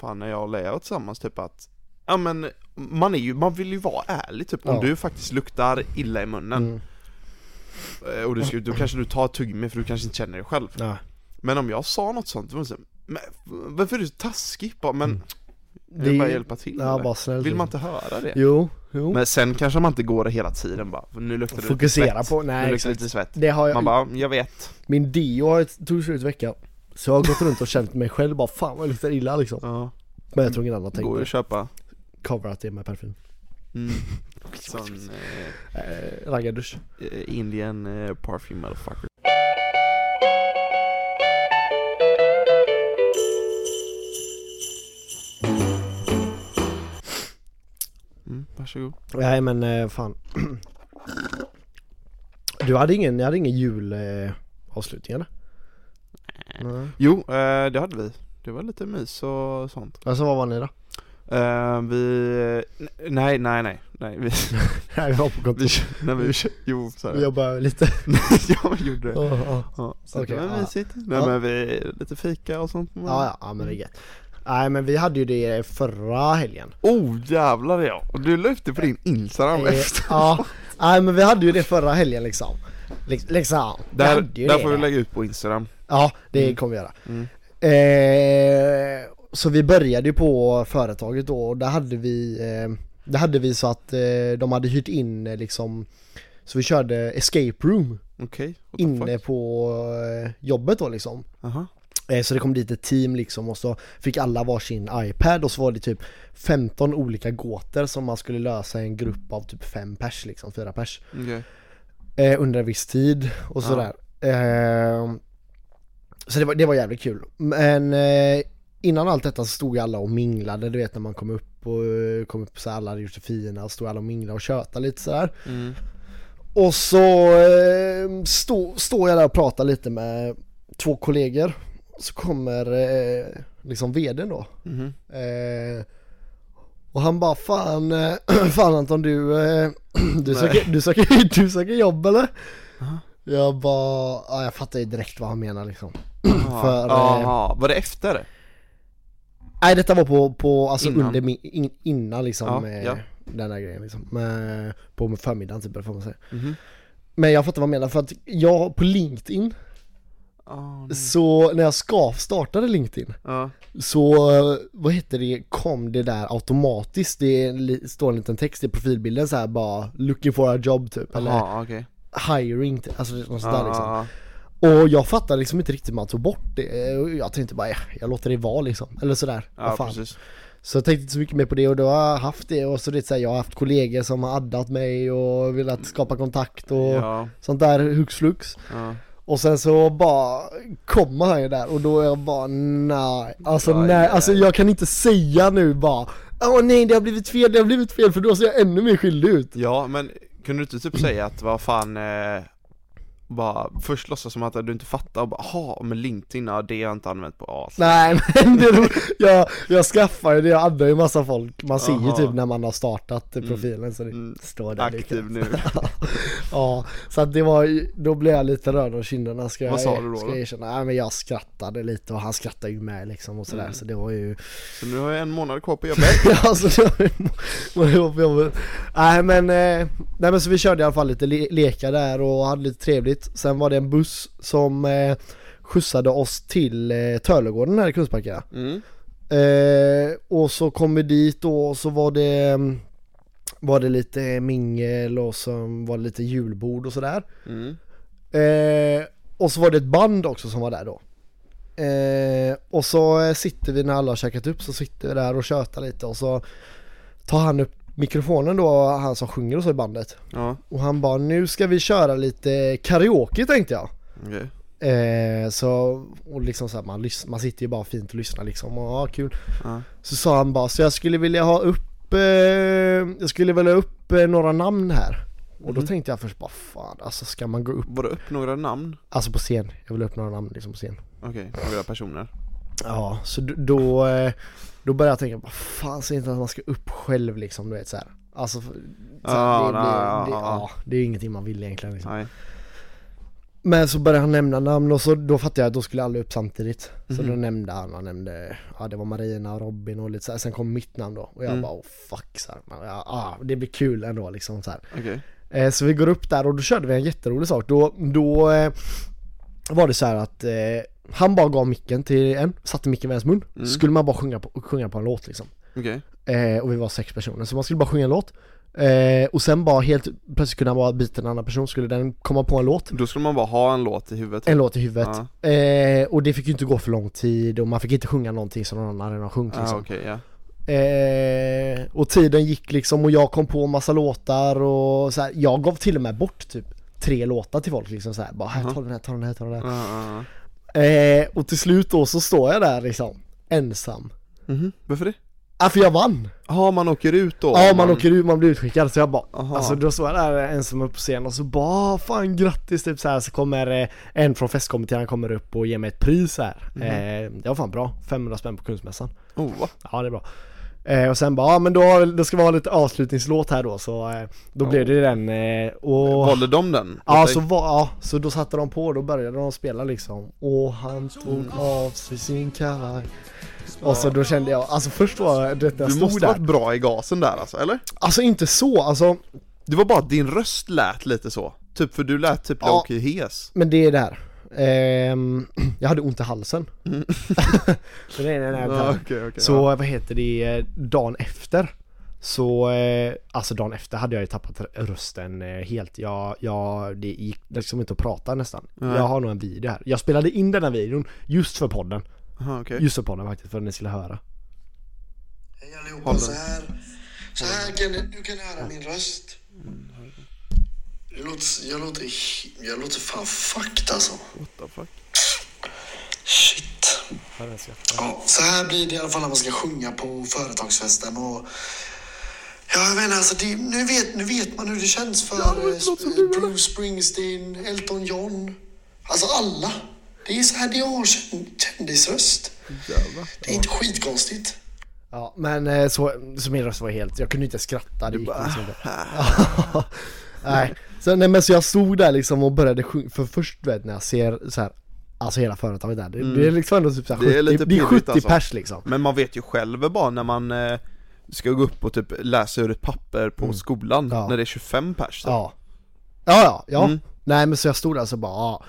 Fan när jag och Leia var tillsammans typ att Ja men man är ju, man vill ju vara ärlig typ
Ja.
Om du faktiskt luktar illa i munnen
Mm.
eh, Och du ska, då kanske du tar ett tuggummi för du kanske inte känner det själv
Nej.
Men om jag sa något sånt, då var det så, här, men varför är du så taskig? Bara, men
Mm.
jag vill
Det-
bara hjälpa till
Ja,
eller?
bara snällt.
Vill man inte höra det?
Jo, jo
Men sen kanske man inte går det hela tiden bara, nu luktar det lite
Fokusera
svett.
på,
nu
nej
luktar det liksom
exakt
lite svett.
Det har jag,
Man bara, jag vet.
min dio har ett, tog slut i veckan Så jag har gått runt och känt mig själv bara fan vad jag luktar illa liksom
Ja,
Men jag tror ingen annan
det går ju
tänkte
att köpa.
coverat det med parfym
Mm.
*laughs*
Sån eh,
eh, Raggardusch
eh, Indian eh, parfym motherfucker. Mm, varsågod.
Nej men eh, fan Du hade ingen, ni hade ingen julavslutning eh, avslutning, eller? Nej.
Jo, eh, det hade vi. Det var lite mys och sånt.
Alltså vad var ni då?
Eh, vi... n- Nej, nej, nej. nej vi,
*laughs* *laughs* Nej vi var på
vi,
kontoret *laughs*
nej, vi, jo, så *laughs*
Vi
här.
jobbade lite
jag gjorde det.
*laughs* Ja, ja.
Ja, så
Okej,
det var
ja.
mysigt. Nej
Ja.
men vi, lite fika och sånt.
ja, ja men det är gött Nej men vi hade ju det förra helgen
Oh jävlar ja! Och du la ut det på din Instagram
*laughs* Eh,
efter.
Ja, nej men vi hade ju det förra helgen liksom Liks- Liksom,
*laughs*
vi
Där,
hade ju
där
det
får vi
där.
lägga ut på Instagram.
Ja, det kommer vi göra
Mm.
eh, Så vi började ju på företaget då och där hade vi eh, Där hade vi så att eh, de hade hyrt in eh, liksom Så vi körde escape room
Okej. what the
inne
fuck?
på eh, jobbet då liksom
Aha.
Eh, Så det kom dit ett team liksom och så fick alla varsin iPad och så var det typ 15 olika gåtor som man skulle lösa i en grupp av typ 5 pers liksom, 4 pers
okej.
eh, Under en viss tid och
Ja.
sådär eh, Så det var, det var jävligt kul Men eh, innan allt detta så stod ju alla och minglade du vet när man kom upp och eh, kom upp så här, alla hade gjort sig fina och stod alla och minglade och tjötade lite sådär
Mm.
och så eh, stå- står jag där och pratar lite med två kollegor. Så kommer eh, liksom vdn då.
Mhm.
Eh, och han bara fan, eh, *clears throat* fan Anton du, eh, *clears throat* du, söker, du, söker, *laughs* du söker jobb eller? Jag bara, ja, jag fattar ju direkt vad han menar liksom.
Aha.
*clears throat* För, eh,
Aha. Var det efter det?
Nej detta var på, på alltså
Innan.
under min, in, innan liksom
Ja,
eh,
ja.
den där grejen liksom. Men, på förmiddagen typ eller får man säga.
Mhm.
Men jag fattar vad han menar för att jag på LinkedIn
Mm. Ah, nej.
Så när jag ska startade LinkedIn
Ja.
så, eh, vad heter det, kom det där automatiskt. Det är en li- står en liten text i profilbilden så här bara 'looking for a job' typ eller
Ja, okej. Ah,
'hiring' typ, alltså något sånt där
Ja,
liksom.
ja,
Och jag fattade liksom inte riktigt hur man tog bort det. Eh, och Jag tänkte bara ja, jag låter det vara liksom. Eller sådär.
Ja,
vad
ja
fan.
precis.
Så jag tänkte inte så mycket mer på det och då har jag haft det och så det är så här, jag har haft kollegor som har addat mig och velat skapa kontakt och
Ja,
sånt där hux flux.
ja.
Och sen så bara kommer han ju där och då är jag bara nej, alltså
Aj,
nej,
aj.
alltså jag kan inte säga nu bara Åh nej det har blivit fel, det har blivit fel för då ser jag ännu mer skyldig ut
Ja, men kunde du inte typ säga att vad fan eh, bara först låtsas som att du inte fattar och bara aha, men LinkedIn, ja det har jag inte använt på as.
Nej *laughs* men det är roligt. jag, jag skaffar ju det, jag addar ju massa folk Man ser ju
Aha.
typ när man har startat eh, profilen så det
Mm.
står där
Aktiv
lite.
nu.
Ja, så att det var ju- då blev jag lite röd om kinderna ska
Vad
jag,
sa du då,
ska jag
då?
erkänna. Nej men jag skrattade lite och han skrattade ju med liksom och sådär
Mm.
så det var ju
Så nu har jag en månad kvar på
*laughs*
jobbet.
Ja, alltså det var ju var det var på jobbet. Nej men, eh, nej men så vi körde i alla fall lite le- lekar där och hade lite trevligt. Sen var det en buss som eh, skjutsade oss till eh, Tölegården här i Kungsbacka.
Mm.
Eh, och så kom vi dit då och så var det mm, var det lite mingel och så var det lite julbord och sådär.
Mm.
Eh, och så var det ett band också som var där då. Eh, och så eh, sitter vi när alla har käkat upp så sitter vi där och tjötar lite och så tar han upp mikrofonen då, han som sjunger och så i bandet.
Ja,
Och han bara nu ska vi köra lite karaoke tänkte jag.
okej.
Eh, så, och liksom så här, man, lys- man sitter ju bara fint och lyssnar liksom och ja kul.
Ja.
Så sa han bara så jag skulle vilja ha upp eh, jag skulle vilja ha upp eh, några namn här. Och
Mhm.
då tänkte jag först bara fan, alltså ska man gå upp,
Var det upp några namn?
alltså på scen, jag vill upp några namn liksom på scen
Okej, några personer.
Ja, så d- då, eh, då började jag tänka, vad fan säger inte att man ska upp själv liksom, du vet såhär Alltså, för- så här,
Ja,
det, det,
nej, ja,
det,
ja.
ja, det är ingenting man vill egentligen liksom.
Nej.
Men så började han nämna namn och så då fattade jag att då skulle alla upp samtidigt Så
Mhm.
då nämnde han, han nämnde, ja det var Marina och Robin och lite så här. sen kom mitt namn då och jag
Mm.
bara oh fuck så här, man, ja, ah, det blir kul ändå liksom så här.
Okej.
Eh, Så vi går upp där och då körde vi en jätterolig sak. Då, då eh, var det så här att eh, han bara gav micken till en, satte micken vid ens mun.
Mm.
Skulle man bara sjunga på, sjunga på en låt liksom.
Okej.
Eh, och vi var sex personer, så man skulle bara sjunga en låt. Eh, och sen bara helt plötsligt kunde han bara byta en annan person, skulle den komma på en låt.
Då skulle man bara ha en låt i huvudet.
En låt i huvudet.
Ja,
Eh, och det fick ju inte gå för lång tid och man fick inte sjunga någonting som någon annan redan har sjungit
ah,
liksom.
okej, ja.
eh, Och tiden gick liksom och jag kom på massa låtar och så här, jag gav till och med bort typ tre låtar till folk liksom så här, bara här, ta den här, ta den här, ta den här.
Ah, ah, ah.
Eh, och till slut då så står jag där liksom, ensam.
Mhm, varför det?
Ah för jag vann!
Ja, man åker ut då?
ja man åker ut, man blir utskickad så jag bara
Aha.
Alltså då står jag där ensam uppe på scen och så bara "Ah, fan grattis typ så här så kommer eh, en från festkommittén han kommer upp och ger mig ett pris här
Mhm.
eh, Det var fan bra, 500 spänn på Kungsmässan
Oh, va?
Ja det är bra eh, Och sen bara, ja men då, då ska vi ha lite avslutningslåt här då så eh, Då blev det den eh, och
Valde de den?
Ja
Åt dig?
så, var, ja, så då satte de på, då började de spela liksom Och han tog av sig sin kavaj Och så då kände jag, alltså först var det jag
Du
stod
måste
där
varit bra i gasen där alltså, eller?
Alltså inte så, alltså
Det var bara att din röst lät lite så, typ för du lät typ
Ja.
lowkey hes
Men det är det här. Ehm, jag hade ont i halsen. *laughs* Så det är den här
Ja,
termen.
Mm. okej, okej,
Så
ja.
vad heter det, eh, dagen efter så, eh, alltså dagen efter hade jag ju tappat r- rösten eh, helt. Jag, jag, det gick liksom inte att prata nästan.
Nej.
Jag har nog en video här. Jag spelade in den här videon just för podden.
Aha, okej.
Just för podden faktiskt, för att ni skulle höra.
Hej
Håll
allihopa,
den.
så här, så här kan ni, nu kan ni höra min röst. Jag låter, jag låter, he- jag låter fan fucked alltså.
What the fuck?
Shit. Ja, så här blir det i alla fall när man ska sjunga på företagsfesten och Ja, jag menar alltså, det, nu, vet, nu vet man hur det känns för eh, Sp- Bruce Springsteen, Elton John. Alltså alla. Det är så här det är att ha kändisröst.
Jävlar.
Det är inte skitkonstigt.
Ja, men eh, så, så min röst var helt, jag kunde inte skratta, det gick
*laughs*
liksom inte.
"Ah."
*laughs* nej. Så, nej men så jag stod där liksom och började sjunga, för först du vet när jag ser så här, alltså hela företaget där, det, det är liksom ändå typ så här
Mm. Det är
70, det
lite
är, det är
pirrigt
70
alltså.
pers liksom.
Men man vet ju själv bara när man eh, ska gå upp och typ läsa ur ett papper på skolan,
Mm. Ja.
när det är 25 pers typ.
Ja. Ja, ja, ja.
Mm.
Nej men så jag stod där så bara, ja,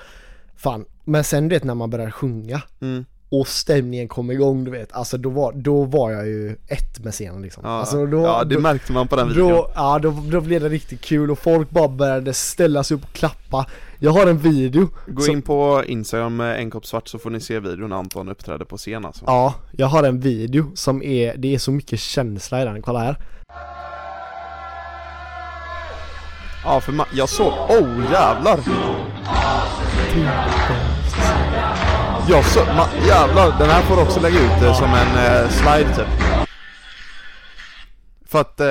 fan. Men sen du vet när man börjar sjunga
Mm.
och stämningen kom igång du vet, alltså då var, då var jag ju ett med scenen liksom.
Ja,
alltså, då,
ja det
då,
märkte man på den videon.
Då, ja, då, då blev det riktigt kul och folk bara började ställa sig upp och klappa Jag har en video
Gå
som,
in på Instagram med en kopp svart så får ni se videon när Anton uppträder på scen alltså.
Ja, jag har en video som är, det är så mycket känsla i den, kolla här
Ja, för ma- jag såg, oh jävlar! Jag såg, ma- jävlar, den här får du också lägga ut eh, som en eh, slide typ. För att, eh,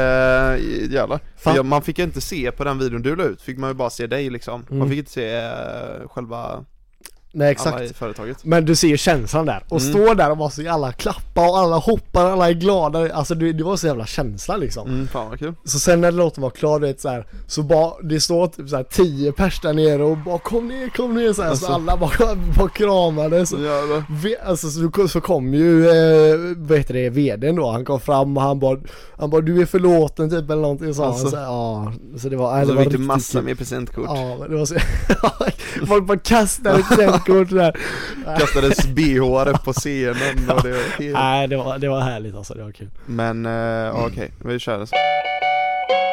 jävlar. För
Fan.
jag, man fick ju inte se på den videon du la ut, fick man ju bara se dig liksom. Man fick inte se eh, själva,
Nej
alla i
Mm. exakt
företaget.
Men du ser ju känslan där, och
Mm.
står där och bara så alla klappa och alla hoppar, alla är glada Alltså det, det var så jävla känsla liksom
Mm, fan vad kul.
Så sen när låten var klar du vet så här, så bara, det står typ så här 10 pers där nere och bara kom ner, kom ner så, här,
Alltså.
så alla bara, bara kramades och-
Jävlar.
Ve- Alltså så, så kom ju, eh, vad heter det, vdn då, han kom fram och han bara, han bara du är förlåten typ eller någonting sa
Alltså.
han så, här, ja, så det var, nej,
Så
det var
fick du
riktigt
massa
kul.
med presentkort.
Ja, men det var så, *laughs* folk bara kastade presentkort där. *laughs*
Kastades bh upp på scenen och det var helt...
Nej det var, det var härligt alltså, det var kul.
Men eh, ja, okej, vi kör alltså. det så.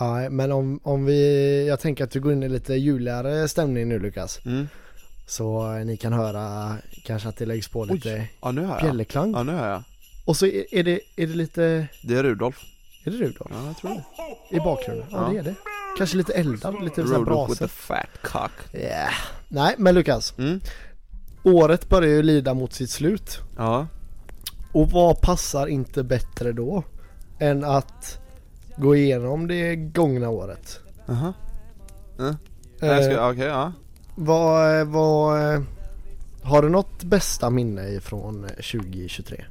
Nej men om, om vi, jag tänker att vi går in i lite juligare stämning nu Lukas.
Mm.
Så eh, ni kan höra kanske att det läggs på lite
Oj, ja nu hör jag.
bjällerklang.
Ja nu hör jag.
Och så är, är, det, är det lite,
Det är Rudolf.
är det du då?
Ja jag tror det.
I bakgrunden? Ja,
Ja.
det är det. Kanske lite eldar, lite sån här brasor.
fat cock.
Yeah. Nej men Lukas,
Mm.
året börjar ju lida mot sitt slut
Ja.
Och vad passar inte bättre då än att gå igenom det gångna året?
Aha.
Eh,
Jag ska- Okej, ja.
Vad, vad, har du något bästa minne ifrån 2023?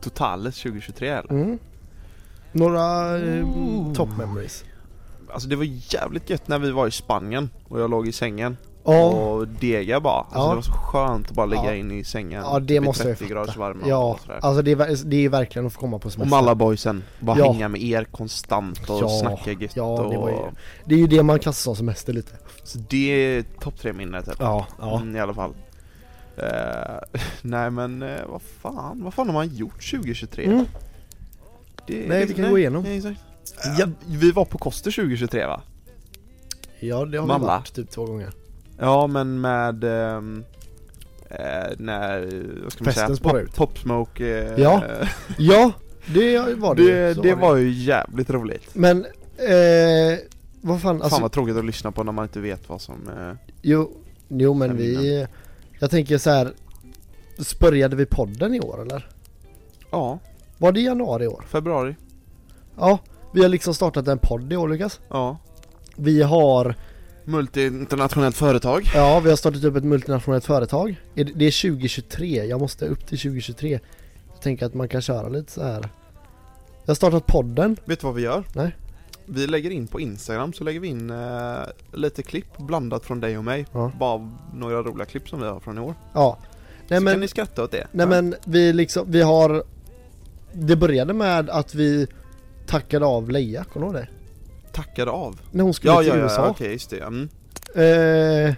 Totalet 2023 eller?
Mm. Några eh, top memories?
Alltså det var jävligt gött när vi var i Spanien och jag låg i sängen
Ja,
och dega bara. Alltså
Ja.
det var så skönt att bara ligga
Ja.
in i sängen.
ja det
vid
måste jag
30 graders
fatta.
varme
Ja,
och sådär.
alltså det är, ver- det är verkligen att få komma på
Och
semester.
Mallaboysen, bara
Ja.
hänga med er konstant och
Ja,
snacka gött
ja, det var ju-
och...
Det är ju det man klassar som semester lite.
Så det är topp tre minnet typ.
Ja, ja.
Mm, I alla fall. Eh, *laughs* nej men eh, vad fan, vad fan har man gjort 2023?
Mm.
Det-
Nej,
det-
vi kan gå igenom.
nej, exakt. Eh, Vi var på Koster 2023 va?
Ja, det har vi
Malla.
varit typ två gånger.
Ja men med ehm, eh, när, vad ska man säga?
Festen spårar
Pop,
ut.
pop Smoke eh, *laughs*
Ja,
eh,
Ja, det var det. ju.
det,
Så
det var ju jävligt roligt.
Men, eh, vad fan, alltså,
Fan vad tråkigt att lyssna på när man inte vet vad som... Eh,
jo, jo men
Den
vi, jag tänker så här. Började vi podden i år eller?
ja,
Var det januari i år?
februari.
Ja, vi har liksom startat en podd i år Lukas.
Ja.
Vi har,
Multi-internationellt företag.
ja vi har startat upp ett multinationellt företag. Är Det det är 2023, jag måste upp till 2023. Jag tänker att man kan köra lite så här. Jag har startat podden.
Vet du vad vi gör?
Nej.
Vi lägger in på Instagram så lägger vi in eh, lite klipp blandat från dig och mig.
Ja.
Bara några roliga klipp som vi har från i år.
Ja. Nej
så
men,
kan ni skratta åt det.
nej men vi liksom, vi har, det började med att vi tackade av Leia, kommer du ihåg det?
Tackade av.
När hon skulle
Ja,
till
ja, ja,
USA.
okej, just det. Mm.
Eh,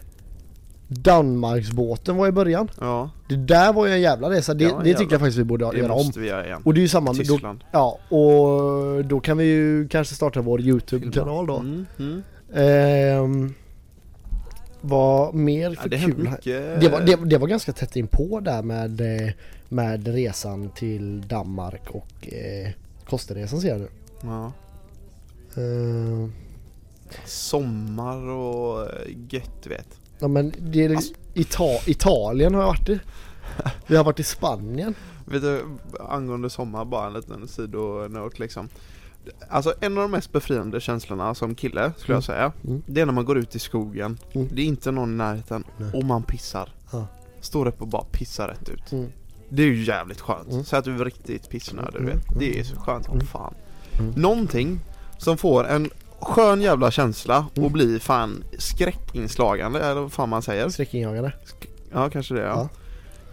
Danmarksbåten var i början.
Ja,
Det där var ju en jävla resa. Det,
Ja, en
det
jävla.
tycker jag faktiskt vi borde
det
göra om.
måste vi göra igen.
Och det är ju samma med... Då,
Tyskland.
ja, och då kan vi ju kanske starta vår YouTube-kanal då.
Mm, mm.
Ehm, vad mer
Ja,
för
det hände
kul? här?
mycket.
Det var, det, det var ganska tätt in på där med, eh, med resan till Danmark och eh, Kosterresan ser jag nu.
Ja.
Ehm,
Sommar och eh, gött, vet.
ja, men det är liksom
Alltså-
Ita, Italien har jag varit i. Vi har varit i Spanien.
Vet du, eh, angående sommar, bara en liten sidonote liksom. Alltså en av de mest befriande känslorna som kille, skulle jag säga,
Mm.
det är när man går ut i skogen,
Mm.
det är inte någon i närheten,
Nej.
och man pissar.
Ja.
Står upp och bara pissar rätt ut.
Mm.
Det är ju jävligt skönt.
Mm.
Så att du är riktigt pissnödig, du
Mm.
vet. Det är så skönt som
Mm.
fan.
Mm.
Någonting som får en skön jävla känsla och
Mm.
blir fan skräckinslagande, eller vad fan man säger.
Skräckinjagande.
Ja, kanske det ja.
Ja.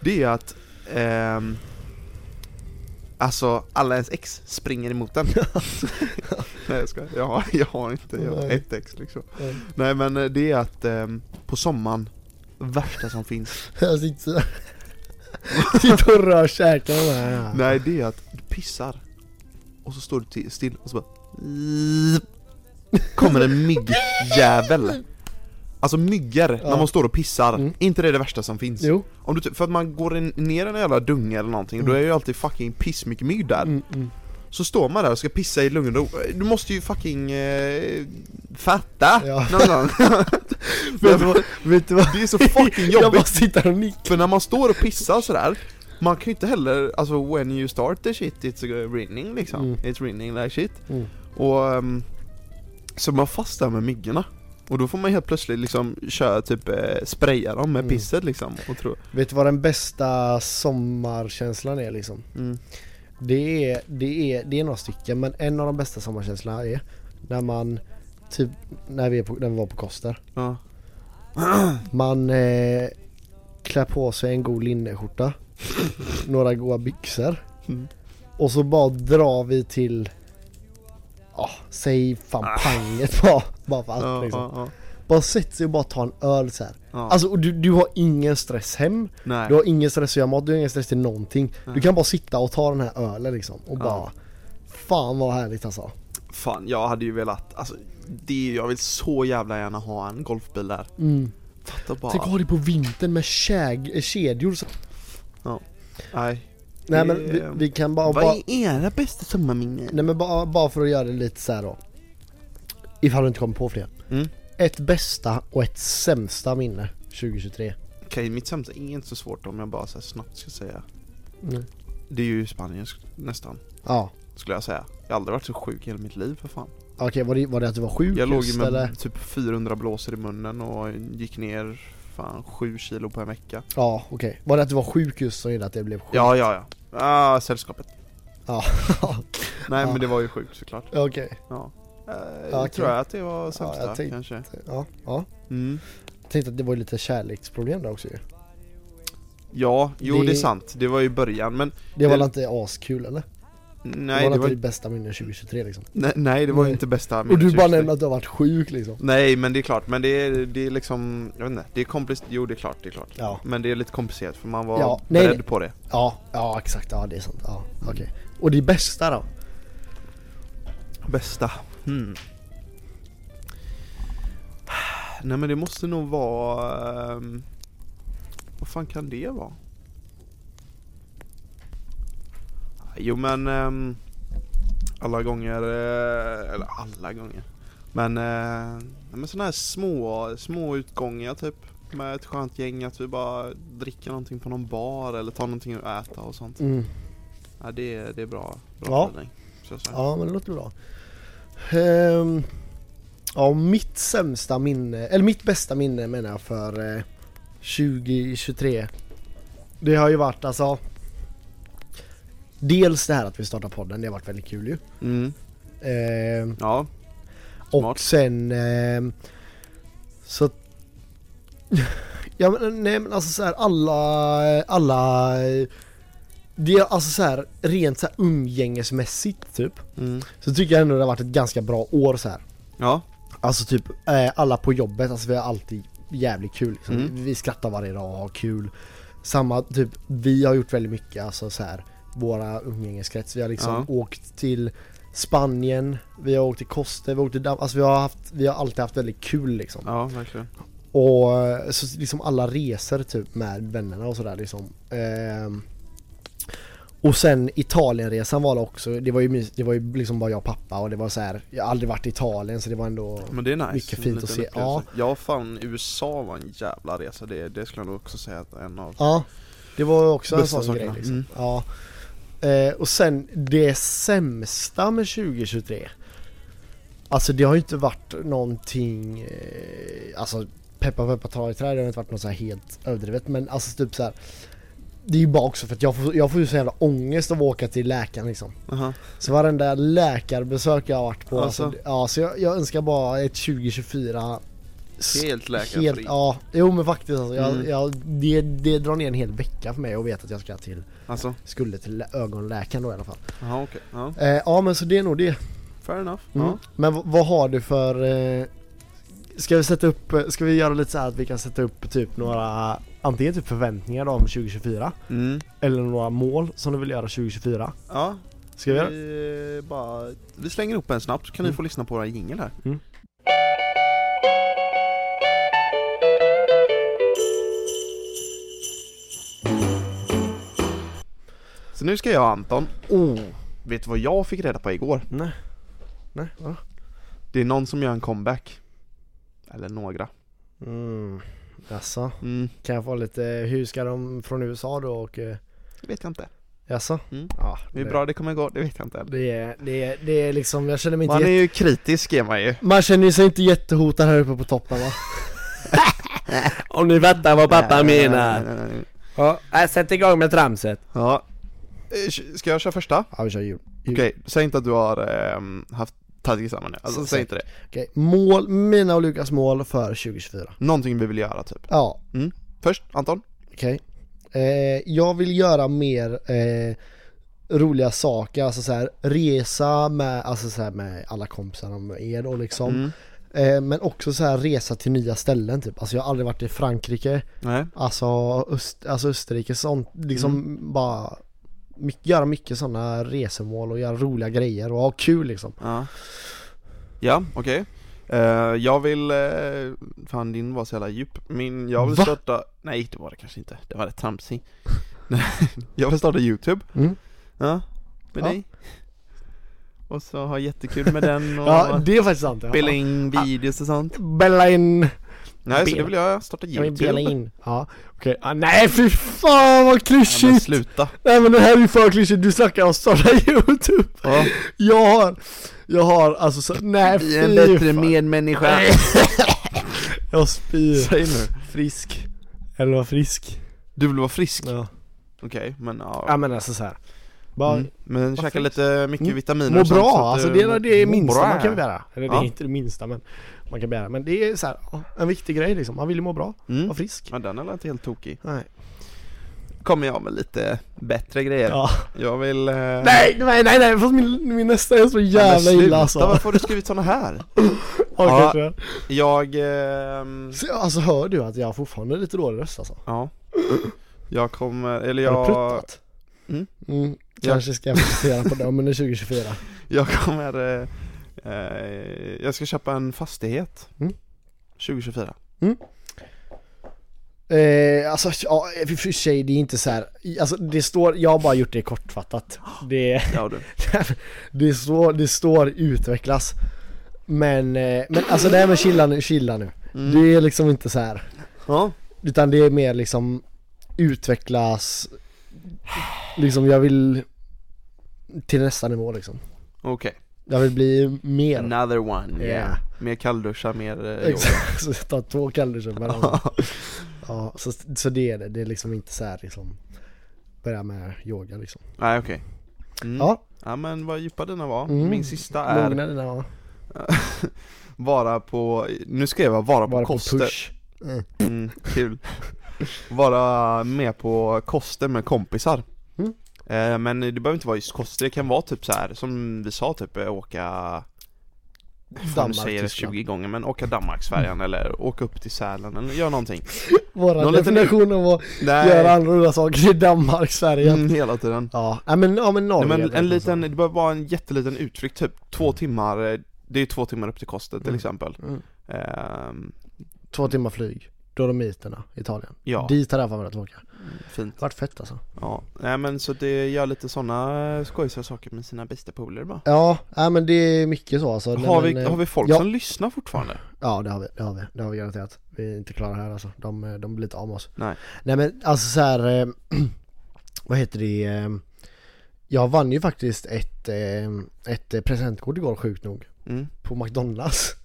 Det är att ehm, Alltså alla ens ex springer emot den. *laughs* Nej jag ska. Jag har, jag har inte, jag har
Nej.
ett ex liksom.
Nej.
Nej men eh, det är att ehm, på sommaren, värsta som finns.
Jag sitter sådär. Sitter och rör käkarna bara.
Nej det är att du pissar. Och så står du till- still och så bara Kommer en myggjävel. Alltså myggor när
Ja.
man står och pissar,
Mm.
inte det är det värsta som finns.
Jo.
Om du, typ- för att man går in, ner i en jävla dunge eller någonting, då är ju alltid fucking pissmycket mygg där.
Mm, mm.
Så står man där och ska pissa i lugn och ro. Du måste ju fucking eh, fatta!
Ja.
Någon gång.
*laughs*
*laughs*
Vet du vad? Vet du vad?
det är så fucking
*laughs* Jag bara
jobbigt,
sitter och nickar.
för när man står och pissar sådär man kan ju inte heller, alltså when you start the shit it's raining liksom,
Mm.
it's raining like shit
Mm.
Och ehm, så man fastnar med myggorna Och då får man helt plötsligt liksom köra typ, eh, spraya dem med
Mm.
pisset liksom och tro,
Vet du vad den bästa sommarkänslan är liksom?
mm.
Det är, det är, det är några stycken men en av de bästa sommarkänslorna är när man typ när vi, är på, när vi var på Koster.
ja.
Man eh, klär på sig en god linneskjorta. *laughs* några goa byxor.
Mm.
Och så bara drar vi till Ja, säg fan panget bara, bara för allt
Ah. Ja,
liksom.
ja, ja.
Bara sätt sig och bara ta en öl så här.
Ja.
Alltså och du, du har ingen stress hem,
Nej.
du har ingen stress att göra mat, du har ingen stress till någonting. Du
Nej.
kan bara sitta och ta den här ölen liksom
Ja.
och bara Fan vad härligt alltså.
Fan, jag hade ju velat, alltså, det, jag vill så jävla gärna ha en golfbil där.
Mm.
Fatta bara.
Tänk att ha det på vintern med käg, eh, kedjor så.
Nej.
Nej
Det-
men vi, vi kan bara,
Eh, Vad
bara
är era bästa sommarminnen?
Nej men bara, bara för att göra det lite så här då. Ifall du inte kommer på fler.
Mm.
Ett bästa och ett sämsta minne 2023.
Okej, mitt sämsta är inte så svårt om jag bara så här snabbt ska säga.
Mm.
Det är ju Spanien sk- nästan,
Ja.
skulle jag säga. Jag har aldrig varit så sjuk i hela mitt liv för fan.
Okej, var, det, var det att du var sjuk
Jag låg
just,
ju med
eller?
typ 400 blåsor i munnen och gick ner fan 7 kilo på en vecka.
Ja, okej. Var det att du var sjuk just som gjorde att det blev sjukt?
Ja, ja, ja. Ah, sällskapet.
Ja. *laughs*
Nej
Ja.
men det var ju sjukt såklart.
Okej.
Ja. Eh,
Ja,
Tror jag att det var sämsta
jag tänkte-
kanske.
Ja, ja.
Mm.
Jag tänkte att det var ju lite kärleksproblem där också ju.
Ja, jo
Det-
det... är sant. Det var ju början men
Det var
Det-
väl inte askul eller?
nej
det var
det
inte
var, Mm,
ditt bästa minne 2023 liksom.
nej, nej, det var
Nej.
inte bästa
Och du bara
minnet,
nämnde att du har varit sjuk liksom.
Nej men det är klart, men det är, det är liksom, jag vet inte, det är komplicerat, jo det är klart, det är klart.
Ja.
Men det är lite komplicerat för man var
Ja, nej,
beredd
det-
på det.
Ja, ja exakt. Ja det är sant. Ja, okej. Och det bästa då?
Bästa. Hmm. Nej men det måste nog vara... ehm, vad fan kan det vara? Jo men... ehm, alla gånger... eh, eller alla gånger. Men, eh, nej, men sådana här små, små utgångar typ. Med ett skönt gäng, att vi bara dricker någonting på någon bar eller tar någonting att äta och sånt.
Mm.
Ja, det, är- det är bra, bra
Ja.
ställning. Så jag säger.
Ja men det låter bra. Ehm, ja mitt sämsta minne, eller mitt bästa minne menar jag för eh, 2023. Det har ju varit alltså. Dels det här att vi startar podden, det har varit väldigt kul ju.
Mm.
Ehm,
Ja,
Och
Smart.
sen ehm, så *laughs* Ja men nej men alltså så här alla, alla Det är alltså så här rent så här umgängesmässigt typ
Mm.
Så tycker jag ändå det har varit ett ganska bra år så här.
Ja,
Alltså typ eh, alla på jobbet, alltså vi har alltid jävligt kul liksom.
Mm.
Vi skrattar varje dag och har kul Samma typ, vi har gjort väldigt mycket alltså så här Våra umgängeskrets, vi har liksom
Ja.
åkt till Spanien, vi har åkt till Koster, vi har åkt till Dam- alltså vi har, haft, vi har alltid haft väldigt kul liksom
ja verkligen.
Och eh, så liksom alla resor typ med vännerna och sådär liksom. Ehm. Och sen Italienresan var det också, det var ju, mys- det var ju liksom bara jag och pappa och det var så här. jag har aldrig varit i Italien så det var ändå
Men det är nice.
Mycket
En
fint
liten
att se.
upplevelse. Ja, fan USA var en jävla resa. Det, det skulle jag nog också säga att en av...
Ja, det var ju också en
Bästa
sån
sakerna.
grej liksom.
Mm.
Ja. Eh, och sen det sämsta med 2023 Alltså det har ju inte varit någonting eh, Alltså peppa peppa ta i trä, det har inte varit något så här helt överdrivet men alltså typ så här. Det är ju bara också för att jag får, jag får ju så jävla ångest av att åka till läkaren liksom
Aha.
Så varenda läkarbesök jag har varit på alltså.
Alltså.
Ja så jag, jag önskar bara ett 2024 s-
Helt läkarfri.
Helt, ja, jo men faktiskt alltså, jag,
Mm.
jag, det, det drar ner en hel vecka för mig att veta att jag ska till,
Alltså,
skulle till lä- ögonläkaren då i alla fall.
jaha okej. Ja,
Eh, ja men så det är nog det.
fair enough.
Mm.
Ja.
Men v- vad har du för, eh, ska vi sätta upp, eh, ska vi göra lite så här att vi kan sätta upp typ några, antingen typ förväntningar då om 2024
Mm.
eller några mål som du vill göra 2024.
Ja,
Ska vi
Eh.
göra det?
vi, bara, vi slänger ihop en snabbt så kan ni få lyssna på våra jingel här.
Mm.
Så nu ska jag och Anton,
Oh,
vet du vad jag fick reda på igår?
nej. Nej, vadå?
Det är någon som gör en comeback. Eller några.
Mm, jaså?
Mm,
Kan jag få lite, hur ska de från USA då och, eh,
det vet jag inte.
jaså?
Mm.
Ja,
Hur bra det kommer gå, det vet jag inte än.
Det är, det är, det är liksom, jag känner mig inte
Man är
jätte...
ju kritisk är man ju.
Man känner ju sig inte jättehotad här uppe på toppen va?
Om ni fattar vad
Eh,
pappa
Nej, nej,
menar.
nej, nej, nej, nej.
Oh,
Ja, äh, sätt igång med tramset.
Ja. Eh, Ska jag köra första?
Ja vi kör jul. jul.
Okej, säg inte att du har ehm, haft Tadzikistan nu. Alltså, säg inte det.
Okej, Mål, mina och Lukas mål för 2024.
Någonting vi vill göra typ.
Ja,
Först, Anton?
okej. Eh, jag vill göra mer eh, roliga saker, alltså så här, resa med, alltså så här, med alla kompisar med er då liksom.
Mm.
Eh, men också så här resa till nya ställen typ. Alltså jag har aldrig varit i Frankrike,
Nej.
alltså, Öst, alltså Österrike sånt, liksom bara mycket, göra mycket sådana resemål och göra roliga grejer och ha kul liksom.
Ja. Ja, okej. Eh, jag vill, eh, fan din var så jävla djup. Min, jag vill
Va?
starta, nej det var det kanske inte, det var rätt tramsig. *laughs* Nej, jag vill starta youtube.
Mm.
Ja, med
Ja.
dig. Och så
*laughs*
ha jättekul med den och
Ja, det är faktiskt sant. ja.
spela in videos och sånt.
Bella in
Nej, så
Bela.
det vill jag starta
Ja men bela
YouTube.
in. Ja, okej. Ah, nej fy fan vad klyschigt!
Nej, men sluta.
Nej men det här är ju för klyschigt, du snackar om starta *laughs* youtube.
Ja.
Jag har, jag har alltså så, nej
Bli
fy
en bättre
fan.
medmänniska.
Jag spyr.
Säg nu.
Frisk. Eller var frisk.
Du vill vara frisk?
Ja.
Okej, men
ja
ja.
men alltså så här. Bara
Mm. Men käka
frisk.
lite mycket
Mm.
vitaminer
må
och sånt
bra,
så att
alltså
du
det är det
mår
minsta
bra.
man kan bära. Eller det
Ja.
är inte det minsta men man kan bära. Men det är så här, ja, en viktig grej liksom. Man vill ju må bra,
Mm.
vara frisk.
Ja, den är väl inte helt tokig.
Nej.
Kommer jag med lite bättre grejer.
Ja.
Jag vill... eh,
Nej, nej, nej, nej, fast min, min nästa är så
men
jävla
sluta,
illa alltså.
Varför har du skrivit såna här?
Ja,
Ja.
kanske.
Jag... ehm,
Så, alltså hör du att jag fortfarande är lite dålig röst alltså?
Ja. Jag kommer, eller
Har du
jag...
pruttat?
Mm.
Mm, kanske ska jag fokusera på det om under 2024.
*laughs* Jag kommer... Eh, eh, jag ska köpa en fastighet.
Mm.
2024.
Eh, alltså, ja, i och för sig det är inte så här. Alltså det står, jag har bara gjort det kortfattat. Det, *laughs*
Ja du.
det, står, det står utvecklas. Men, eh, men alltså det här med chilla nu, chilla nu.
Mm.
Det är liksom inte så här.
Ja.
Utan det är mer liksom utvecklas, liksom jag vill till nästa nivå liksom.
Okej.
Jag vill bli mer.
Another one.
Ja.
Yeah. Mer kallduschar, mer... eh,
Exakt, *laughs* så jag tar två kallduschar med varandra.
yoga.
Ja, så, så det är det. Det är liksom inte så här liksom börja med yoga liksom.
Nej okej. Mm. Ja.
Ja,
men vad djupa dina var.
Mm.
Min sista är
lugna dina var
vara på, nu skrev jag vara på
bara på
koster.
push.
Mm, kul. Vara med på koster med kompisar.
Mm.
Eh, Men det behöver inte vara just koster, det kan vara typ så här som vi sa typ eh, åka Fan, nu
Danmark,
säger jag det
Tyskland. Mm.
20 gånger men åka Danmarksfärjan eller åka upp till Sälen eller gör någonting
Våra
Någon liten-
definition av att göra andra roliga saker i Danmark, Sverige.
mm, hela tiden
Ja, nej, men, ja men Norge.
Nej, men
eller
en
något
liten, det
sånt.
behöver vara en jätteliten utflykt typ två timmar eh, Det är ju två timmar upp till Koster till
Mm.
exempel
Mm.
Ehm,
Två timmar flyg. Dolomiterna, Italien.
Ja,
Dit hade jag fan velat åka.
fint
Det vart fett alltså.
Ja, nej men så det gör lite sådana skojsiga saker med sina bästa polare bara
Ja, nej, men det är mycket så alltså. Nej,
har, vi,
men, eh,
har vi folk
ja.
som lyssnar fortfarande?
*laughs* Ja det har vi, det har vi, det har vi garanterat. Vi är inte klara här alltså. De, de blir inte av med oss.
Nej.
Nej men alltså så här. eh, *clears throat* vad heter det? eh, Jag vann ju faktiskt ett, eh, ett eh, presentkort igår sjukt nog.
Mm.
På McDonalds.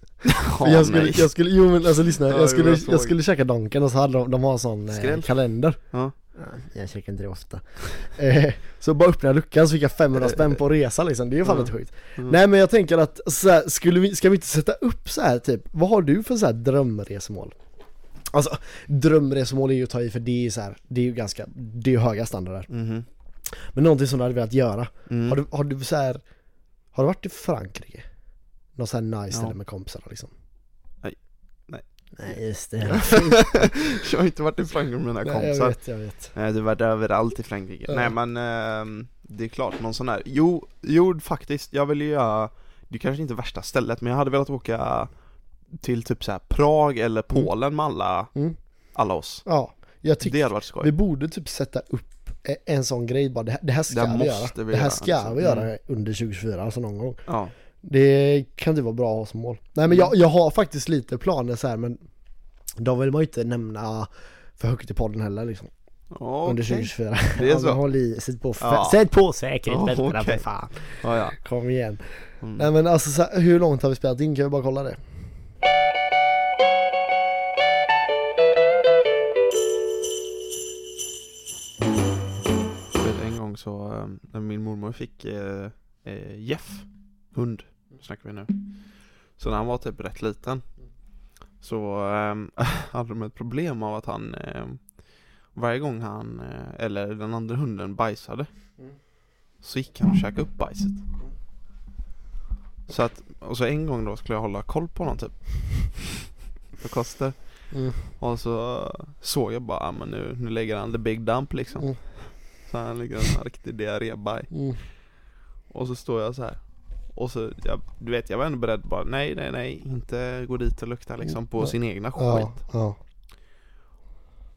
Ja,
jag, skulle,
nej.
jag skulle, jo men alltså lyssna,
Ja,
jag,
jo,
skulle,
jag såg.
jag skulle käka Donken och så hade de, de har en sån eh,
Skräll.
kalender.
Ja.
Jag käkar inte det ofta. *laughs* Eh, så bara öppnade jag luckan så fick jag 500 spänn på resa liksom, det är ju fan
Ja.
lite sjukt.
Mm.
Nej men jag tänker att så här, skulle vi, ska vi inte sätta upp så här typ, vad har du för så här drömresmål? Alltså drömresmål är ju att ta i för det är ju så här, det är ju ganska, det är ju höga standarder.
Mhm.
Men någonting som du hade velat göra,
Mm.
har, du, har du så här, har du varit i Frankrike? Något så här nice
Ja.
ställe med kompisar liksom?
Nej. Nej.
Nej just det.
*laughs* jag har inte varit i Frankrike med mina
Nej,
kompisar
jag vet, jag vet.
Nej du har varit överallt i Frankrike.
Ja.
Nej men ehm, det är klart någon sån här, jo, jo faktiskt, jag ville göra, det kanske inte är värsta stället men jag hade velat åka till typ så här Prag eller Polen med alla,
Mm.
alla oss.
Ja, jag tycker
Det hade varit
Vi
skoj.
borde typ sätta upp e- en sån grej bara, det här, det här ska
Det här
vi
måste
göra.
vi
det här
göra,
ska
liksom.
vi göra under 2024, alltså någon gång.
Ja.
Det kan det vara bra att ha som mål. Nej men jag,
Mm.
jag har faktiskt lite planer så här men de vill man ju inte nämna för högt i podden heller liksom. Under
Okej.
2024.
Det är
*laughs* Ja,
så.
men Håll i, sätt på, fä-
Ja.
sätt på
Oh,
säkerhetsbältena
Ja, okej.
för fan.
Ja, ja.
Kom igen.
Mm.
Nej men alltså så här, hur långt har vi spelat in? Kan vi bara kolla det?
Jag vet, en gång så, eh, när min mormor fick eh, eh, Jeff, hund, snackar vi nu. Så när han var typ rätt liten så eh, *laughs* hade de ett problem av att han eh, varje gång han, eh, eller den andra hunden bajsade
Mm.
så gick han och käkade upp bajset. Så att, och så en gång då skulle jag hålla koll på honom typ. På Koster.
Mm.
Och så eh, såg jag bara, ah, men nu, nu lägger han the big dump liksom.
Mm.
Så han ligger en riktig diarrébaj.
Mm.
Och så står jag så här. Och så, jag, du vet jag var ändå beredd bara nej
Mm.
nej nej inte gå dit och lukta liksom på sin egna skit.
Ja, ja.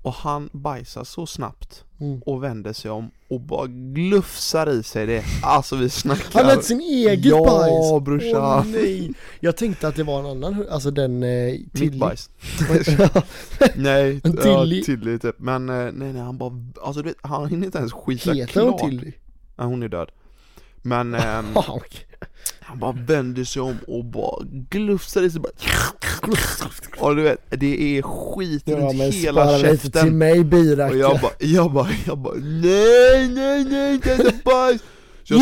Och han bajsar så snabbt
Mm.
och vänder sig om och bara glufsar i sig det. Alltså vi snackar...
Han lät sin eget
ja,
bajs!
Ja brorsan!
Åh nej! Jag tänkte att det var en annan, alltså den eh,
Mitt
till... *laughs*
bajs. nej,
En
ja,
tilli.
Tilly typ. Men eh, nej nej han bara, alltså du vet, han hinner inte ens skita
Heter hon
klart.
till?
Nej, hon är död. Men ehm,
*laughs* Ja, okej.
han bara vänder sig om och bara glufsar i sig bara Och du vet, det är skit
Ja men
runt hela
spara lite till
käften.
mig
Och jag
birackare.
bara, jag bara, jag bara nej nej nej inte ens bajs. Så jag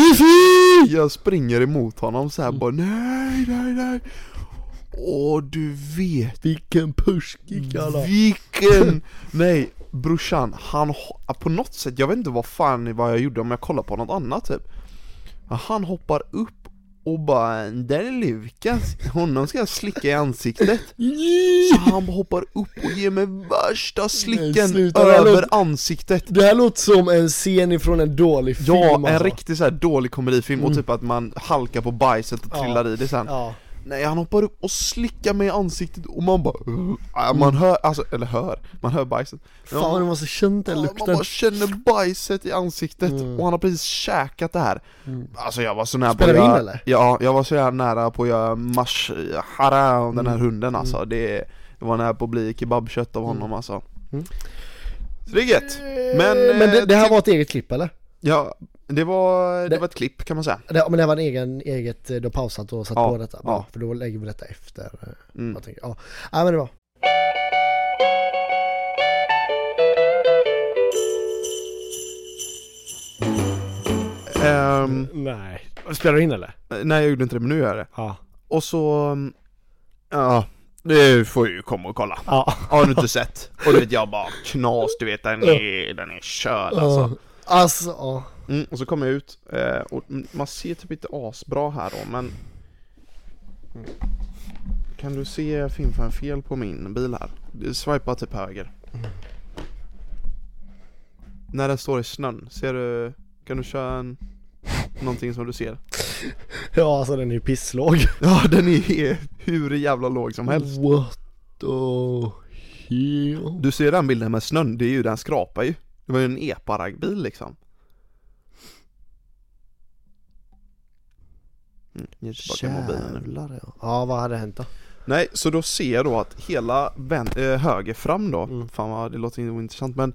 *laughs*
Jiffi!
jag springer emot honom så här bara nej, nej, nej. Och du vet
Vilken pushkick alla. *laughs*
vilken, nej brorsan, han, ho- på något sätt, jag vet inte vad fan vad jag gjorde om jag kollade på något annat typ. Men han hoppar upp och bara, där är Lukas, honom ska jag slicka i
*laughs*
ansiktet. Så han hoppar upp och ger mig värsta slicken
sluta, det här
över
låter-
ansiktet.
Det här låter som en scen ifrån en dålig film
Ja, en
alltså.
riktig så här dålig komedifilm och typ att man halkar på bajset och
Ja.
trillar i det sen.
Ja.
Nej han hoppar upp och slickar mig i ansiktet och man bara Ah, Man hör, alltså, eller hör, man hör bajset Men
Mm. Fan
man,
vad det måste känt
ah,
den
man
lukten. Mm.
bara känner bajset i ansiktet och han har precis käkat det här Alltså jag var så nära
Spelar
på
vi
att
in,
göra,
eller?
Ja, jag var så jävla nära på att göra mars, hara av den
Mm.
här hunden alltså det, det var nära på att bli kebabkött av honom alltså Så det är gött! Men,
Mm. men det,
eh,
det här
till-
var ett eget klipp eller?
Ja, det var, det
Det-
var ett klipp kan man säga
Det, men det här var en egen, eget, eh, du har pausat och satt
Ja,
på detta?
ja.
Ja. För då lägger vi detta efter. Mm. Jag tänker, ja. ja men det var.
Ehm,
Nej. Spelar du in eller?
Nej jag gjorde inte det men nu gör jag det
Ja.
Och så... mm, Ja, det får ju komma och kolla.
Ja.
Har du inte sett? Och du vet jag bara knas, du vet den är, den är körd alltså.
Alltså, ja.
Mm, och så kommer jag ut eh, och mm, man ser typ inte asbra här då men... Kan du se filmfan fel på min bil här? Swipa typ höger. När den står i snön, ser du... Kan du köra en... Någonting som du ser?
Ja alltså den är ju pisslåg.
Ja den är hur jävla låg som helst.
What the hell?
Du ser den bilden med snön, det är ju, den skrapar ju. Det var ju en epa-raggbil liksom. Mm, ge tillbaka mobilen nu.
Jävlar ja. Ja vad hade hänt då?
Nej, så då ser jag då att hela vän, eh, höger fram då,
Mm.
fan vad det låter ointressant men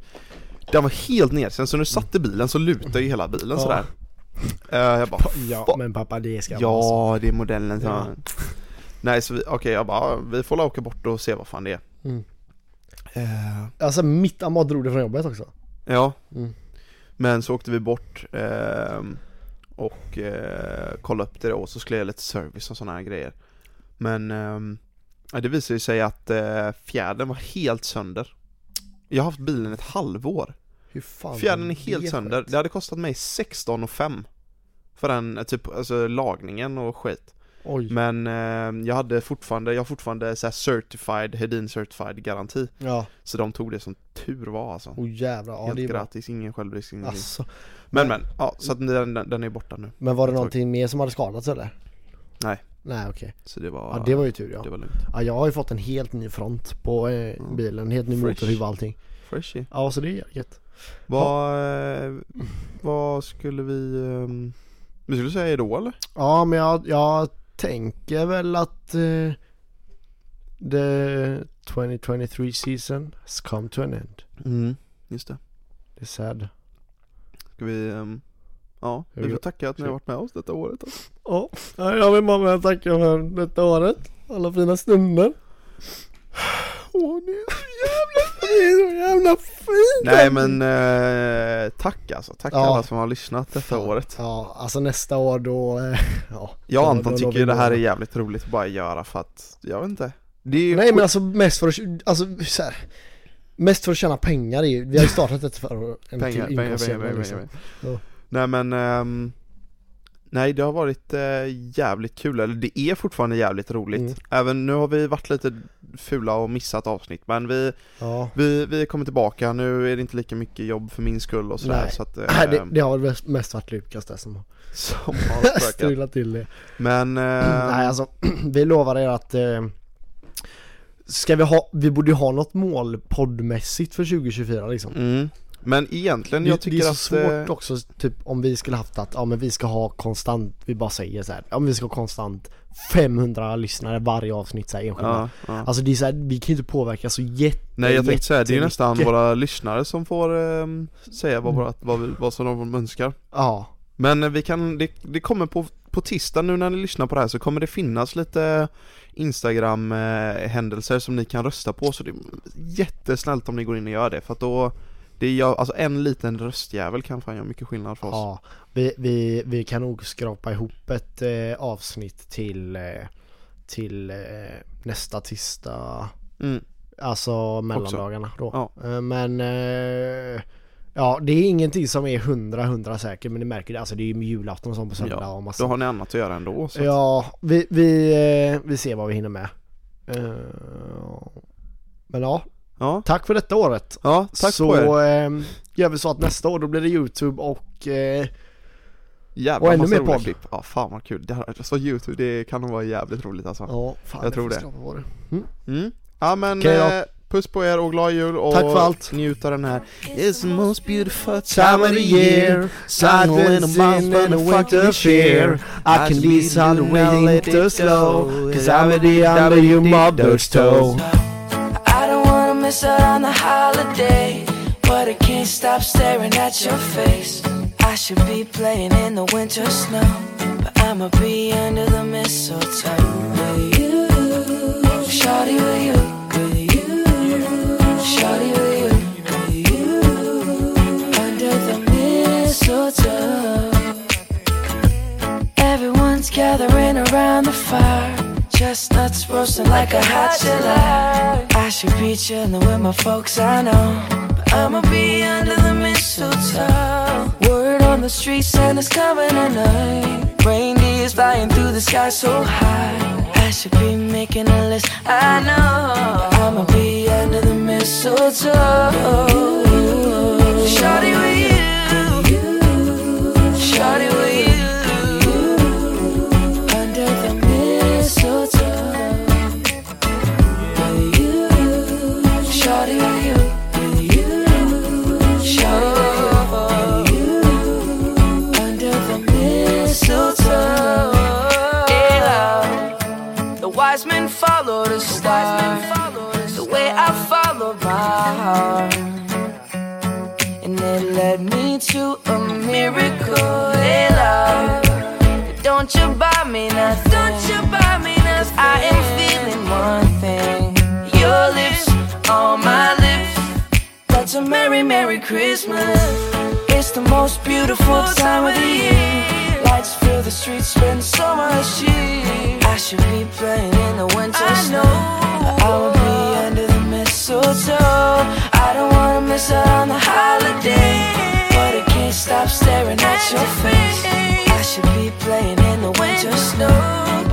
Den var helt nedsänd, så när du satte bilen så lutade ju hela bilen
Ja.
sådär Eh, Jag bara
Ja men pappa det ska vara så.
Ja, det är modellen som...
alltså." Ja.
Nej så vi, okej jag bara, vi får la åka bort och se vad fan det är
Mm.
Eh,
Alltså mitt Amat drog det från jobbet också.
Ja
Mm.
Men så åkte vi bort ehm, och eh, kollade upp det då, och så skulle jag göra lite service och sådana här grejer Men ehm, ja, det visade ju sig att eh, fjädern var helt sönder Jag har haft bilen ett halvår
Hur fan
Fjädern är
det
helt
skett?
sönder, det hade kostat mig 16 och 5 För den, eh, typ, alltså lagningen och skit
Oj.
Men eh, jag hade fortfarande, jag har fortfarande så här certified, Hedin certified garanti
Ja.
Så de tog det som tur var alltså
Oh jävlar. Ja
Helt
det är bra.
gratis, ingen självrisk, ingenting
Alltså.
men men, ja, så att den, den, den är borta nu.
Men var det någonting mer som hade skadats eller?
Nej.
Nej okej.
Så det var,
Ja, det var ju tur
det
ja.
var lugnt.
ja. Jag har ju fått en helt ny front på eh, bilen, helt ny
Mm. Fresh.
motorhuv och allting.
Freshy.
Ja så det är gött.
Vad, eh, vad skulle vi... ehm, vi skulle säga hejdå eller?
Ja men jag, jag tänker väl att eh, the 2023 season has come to an end.
Mm. Just det.
Det är sad.
Ska vi... ehm, ja, vi
Hur-
får tacka att ni har varit med oss detta året. Alltså.
Ja, jag vill bara med tacka för detta året. Alla fina stunder. Åh, det är så jävla fint, så jävla fint!
Nej men eh, tack alltså, tack
Ja.
alla som har lyssnat detta året.
Ja, alltså nästa år då, eh, *laughs* ja.
Jag och
då-
Anton
då
tycker
lovar
ju det här är
vi-
jävligt roligt att bara göra för att, jag vet inte. Det är ju
Nej men alltså mest för att, alltså så här, Mest för att tjäna pengar är ju, vi har ju startat ett för en
pengar,
till
pengar, pengar,
inkomstkälla,
pengar,
liksom.
pengar.
Ja.
Nej men ehm, Nej det har varit eh, jävligt kul, eller det är fortfarande jävligt roligt.
Mm.
Även nu har vi varit lite fula och missat avsnitt men vi,
Ja.
vi, vi kommer tillbaka, nu är det inte lika mycket jobb för min skull och sådär
Nej.
så att eh,
*laughs* Nej, det, det har väl mest- mest varit Lukas där som
Som
*laughs* har
har spökat.
*clears throat* strulat till det.
Men eh,
Nej alltså, vi lovar er att eh, Ska vi ha, vi borde ju ha något mål poddmässigt för 2024 liksom
Mm. Men egentligen,
Det,
jag tycker
det är så
att...
svårt
eh,
också, typ om vi skulle haft att, ja men vi ska ha konstant, vi bara säger så här, om vi ska ha konstant 500 lyssnare varje avsnitt så här, enskilda.
Ja, ja.
Alltså det är så här, vi kan ju inte påverka så jätte
Nej jag tänkte säga, det är ju
jättemycket.
nästan våra lyssnare som får ehm, säga vad, våra, vad, vi- vad som de önskar
Ja,
Men eh, vi kan, det, det kommer på, på tisdag nu när ni lyssnar på det här så kommer det finnas lite Instagram-händelser som ni kan rösta på så det är jättesnällt om ni går in och gör det för att då det är jag, alltså en liten röstjävel kan fan göra mycket skillnad för oss
ja. Vi, vi, vi kan nog skrapa ihop ett eh, avsnitt till, eh, till eh, nästa tisdag
mm.
Alltså mellandagarna då.
Ja.
Eh, Men eh, ja, det är ingenting som är hundra hundra säkert men ni märker det. Alltså det är ju julafton och sånt på söndag
Ja,
och massa.
Då har ni annat att göra ändå så att-
Ja, vi, vi, eh, vi ser vad vi hinner med. Eh, Men ja,
ja.
tack för detta året.
ja tack
så
på er!
eh, gör vi så att nästa år då blir det YouTube och eh,
Jävlar
och ännu
massa
mer
roliga
podd.
klipp! Ja fan vad kul, det här, alltså youtube det kan nog vara jävligt roligt alltså
ja, fan,
Jag tror
får
det.
skrapa på det.
Mm. Ja men,
Okej då.
eh, puss på er och glad jul och
Tack för allt.
njut av den här
It's the most beautiful time of the year. Summer and a month and a winter cheer. I can be on the way to slow. Cause I'm already under your mother's toe.
I don't wanna miss out on the holiday, but I can't stop staring at your face. I should be playing in the winter snow, but I'ma be under the mistletoe with you. Shawty with you, with you. Shawty with you, with you. Under the mistletoe. Everyone's gathering around the fire. Chestnuts roasting like a hot July. I should be chilling with my folks, I know. But I'ma be under the mistletoe. Word on the street, Santa's coming tonight. Reindeer's flying through the sky so high. I should be making a list, I know. But I'ma be under the mistletoe. Shawty with you. Shawty with you under the mistletoe. With you, shawty with you, with you, shawty with you under the mistletoe. The wise men follow the star. The way I follow my heart. And it led me to a miracle. Hey, love. Don't you buy me nothing. Don't you buy me nothing. I am feeling one thing. Your lips on my lips. That's a merry, merry Christmas. It's the most beautiful time of the year. Lights fill the streets, spend so much cheer. I should be playing in the winter snow. But I will be under the mistletoe. I don't wanna miss out on the holiday, but I can't stop staring at your face. I should be playing in the winter snow.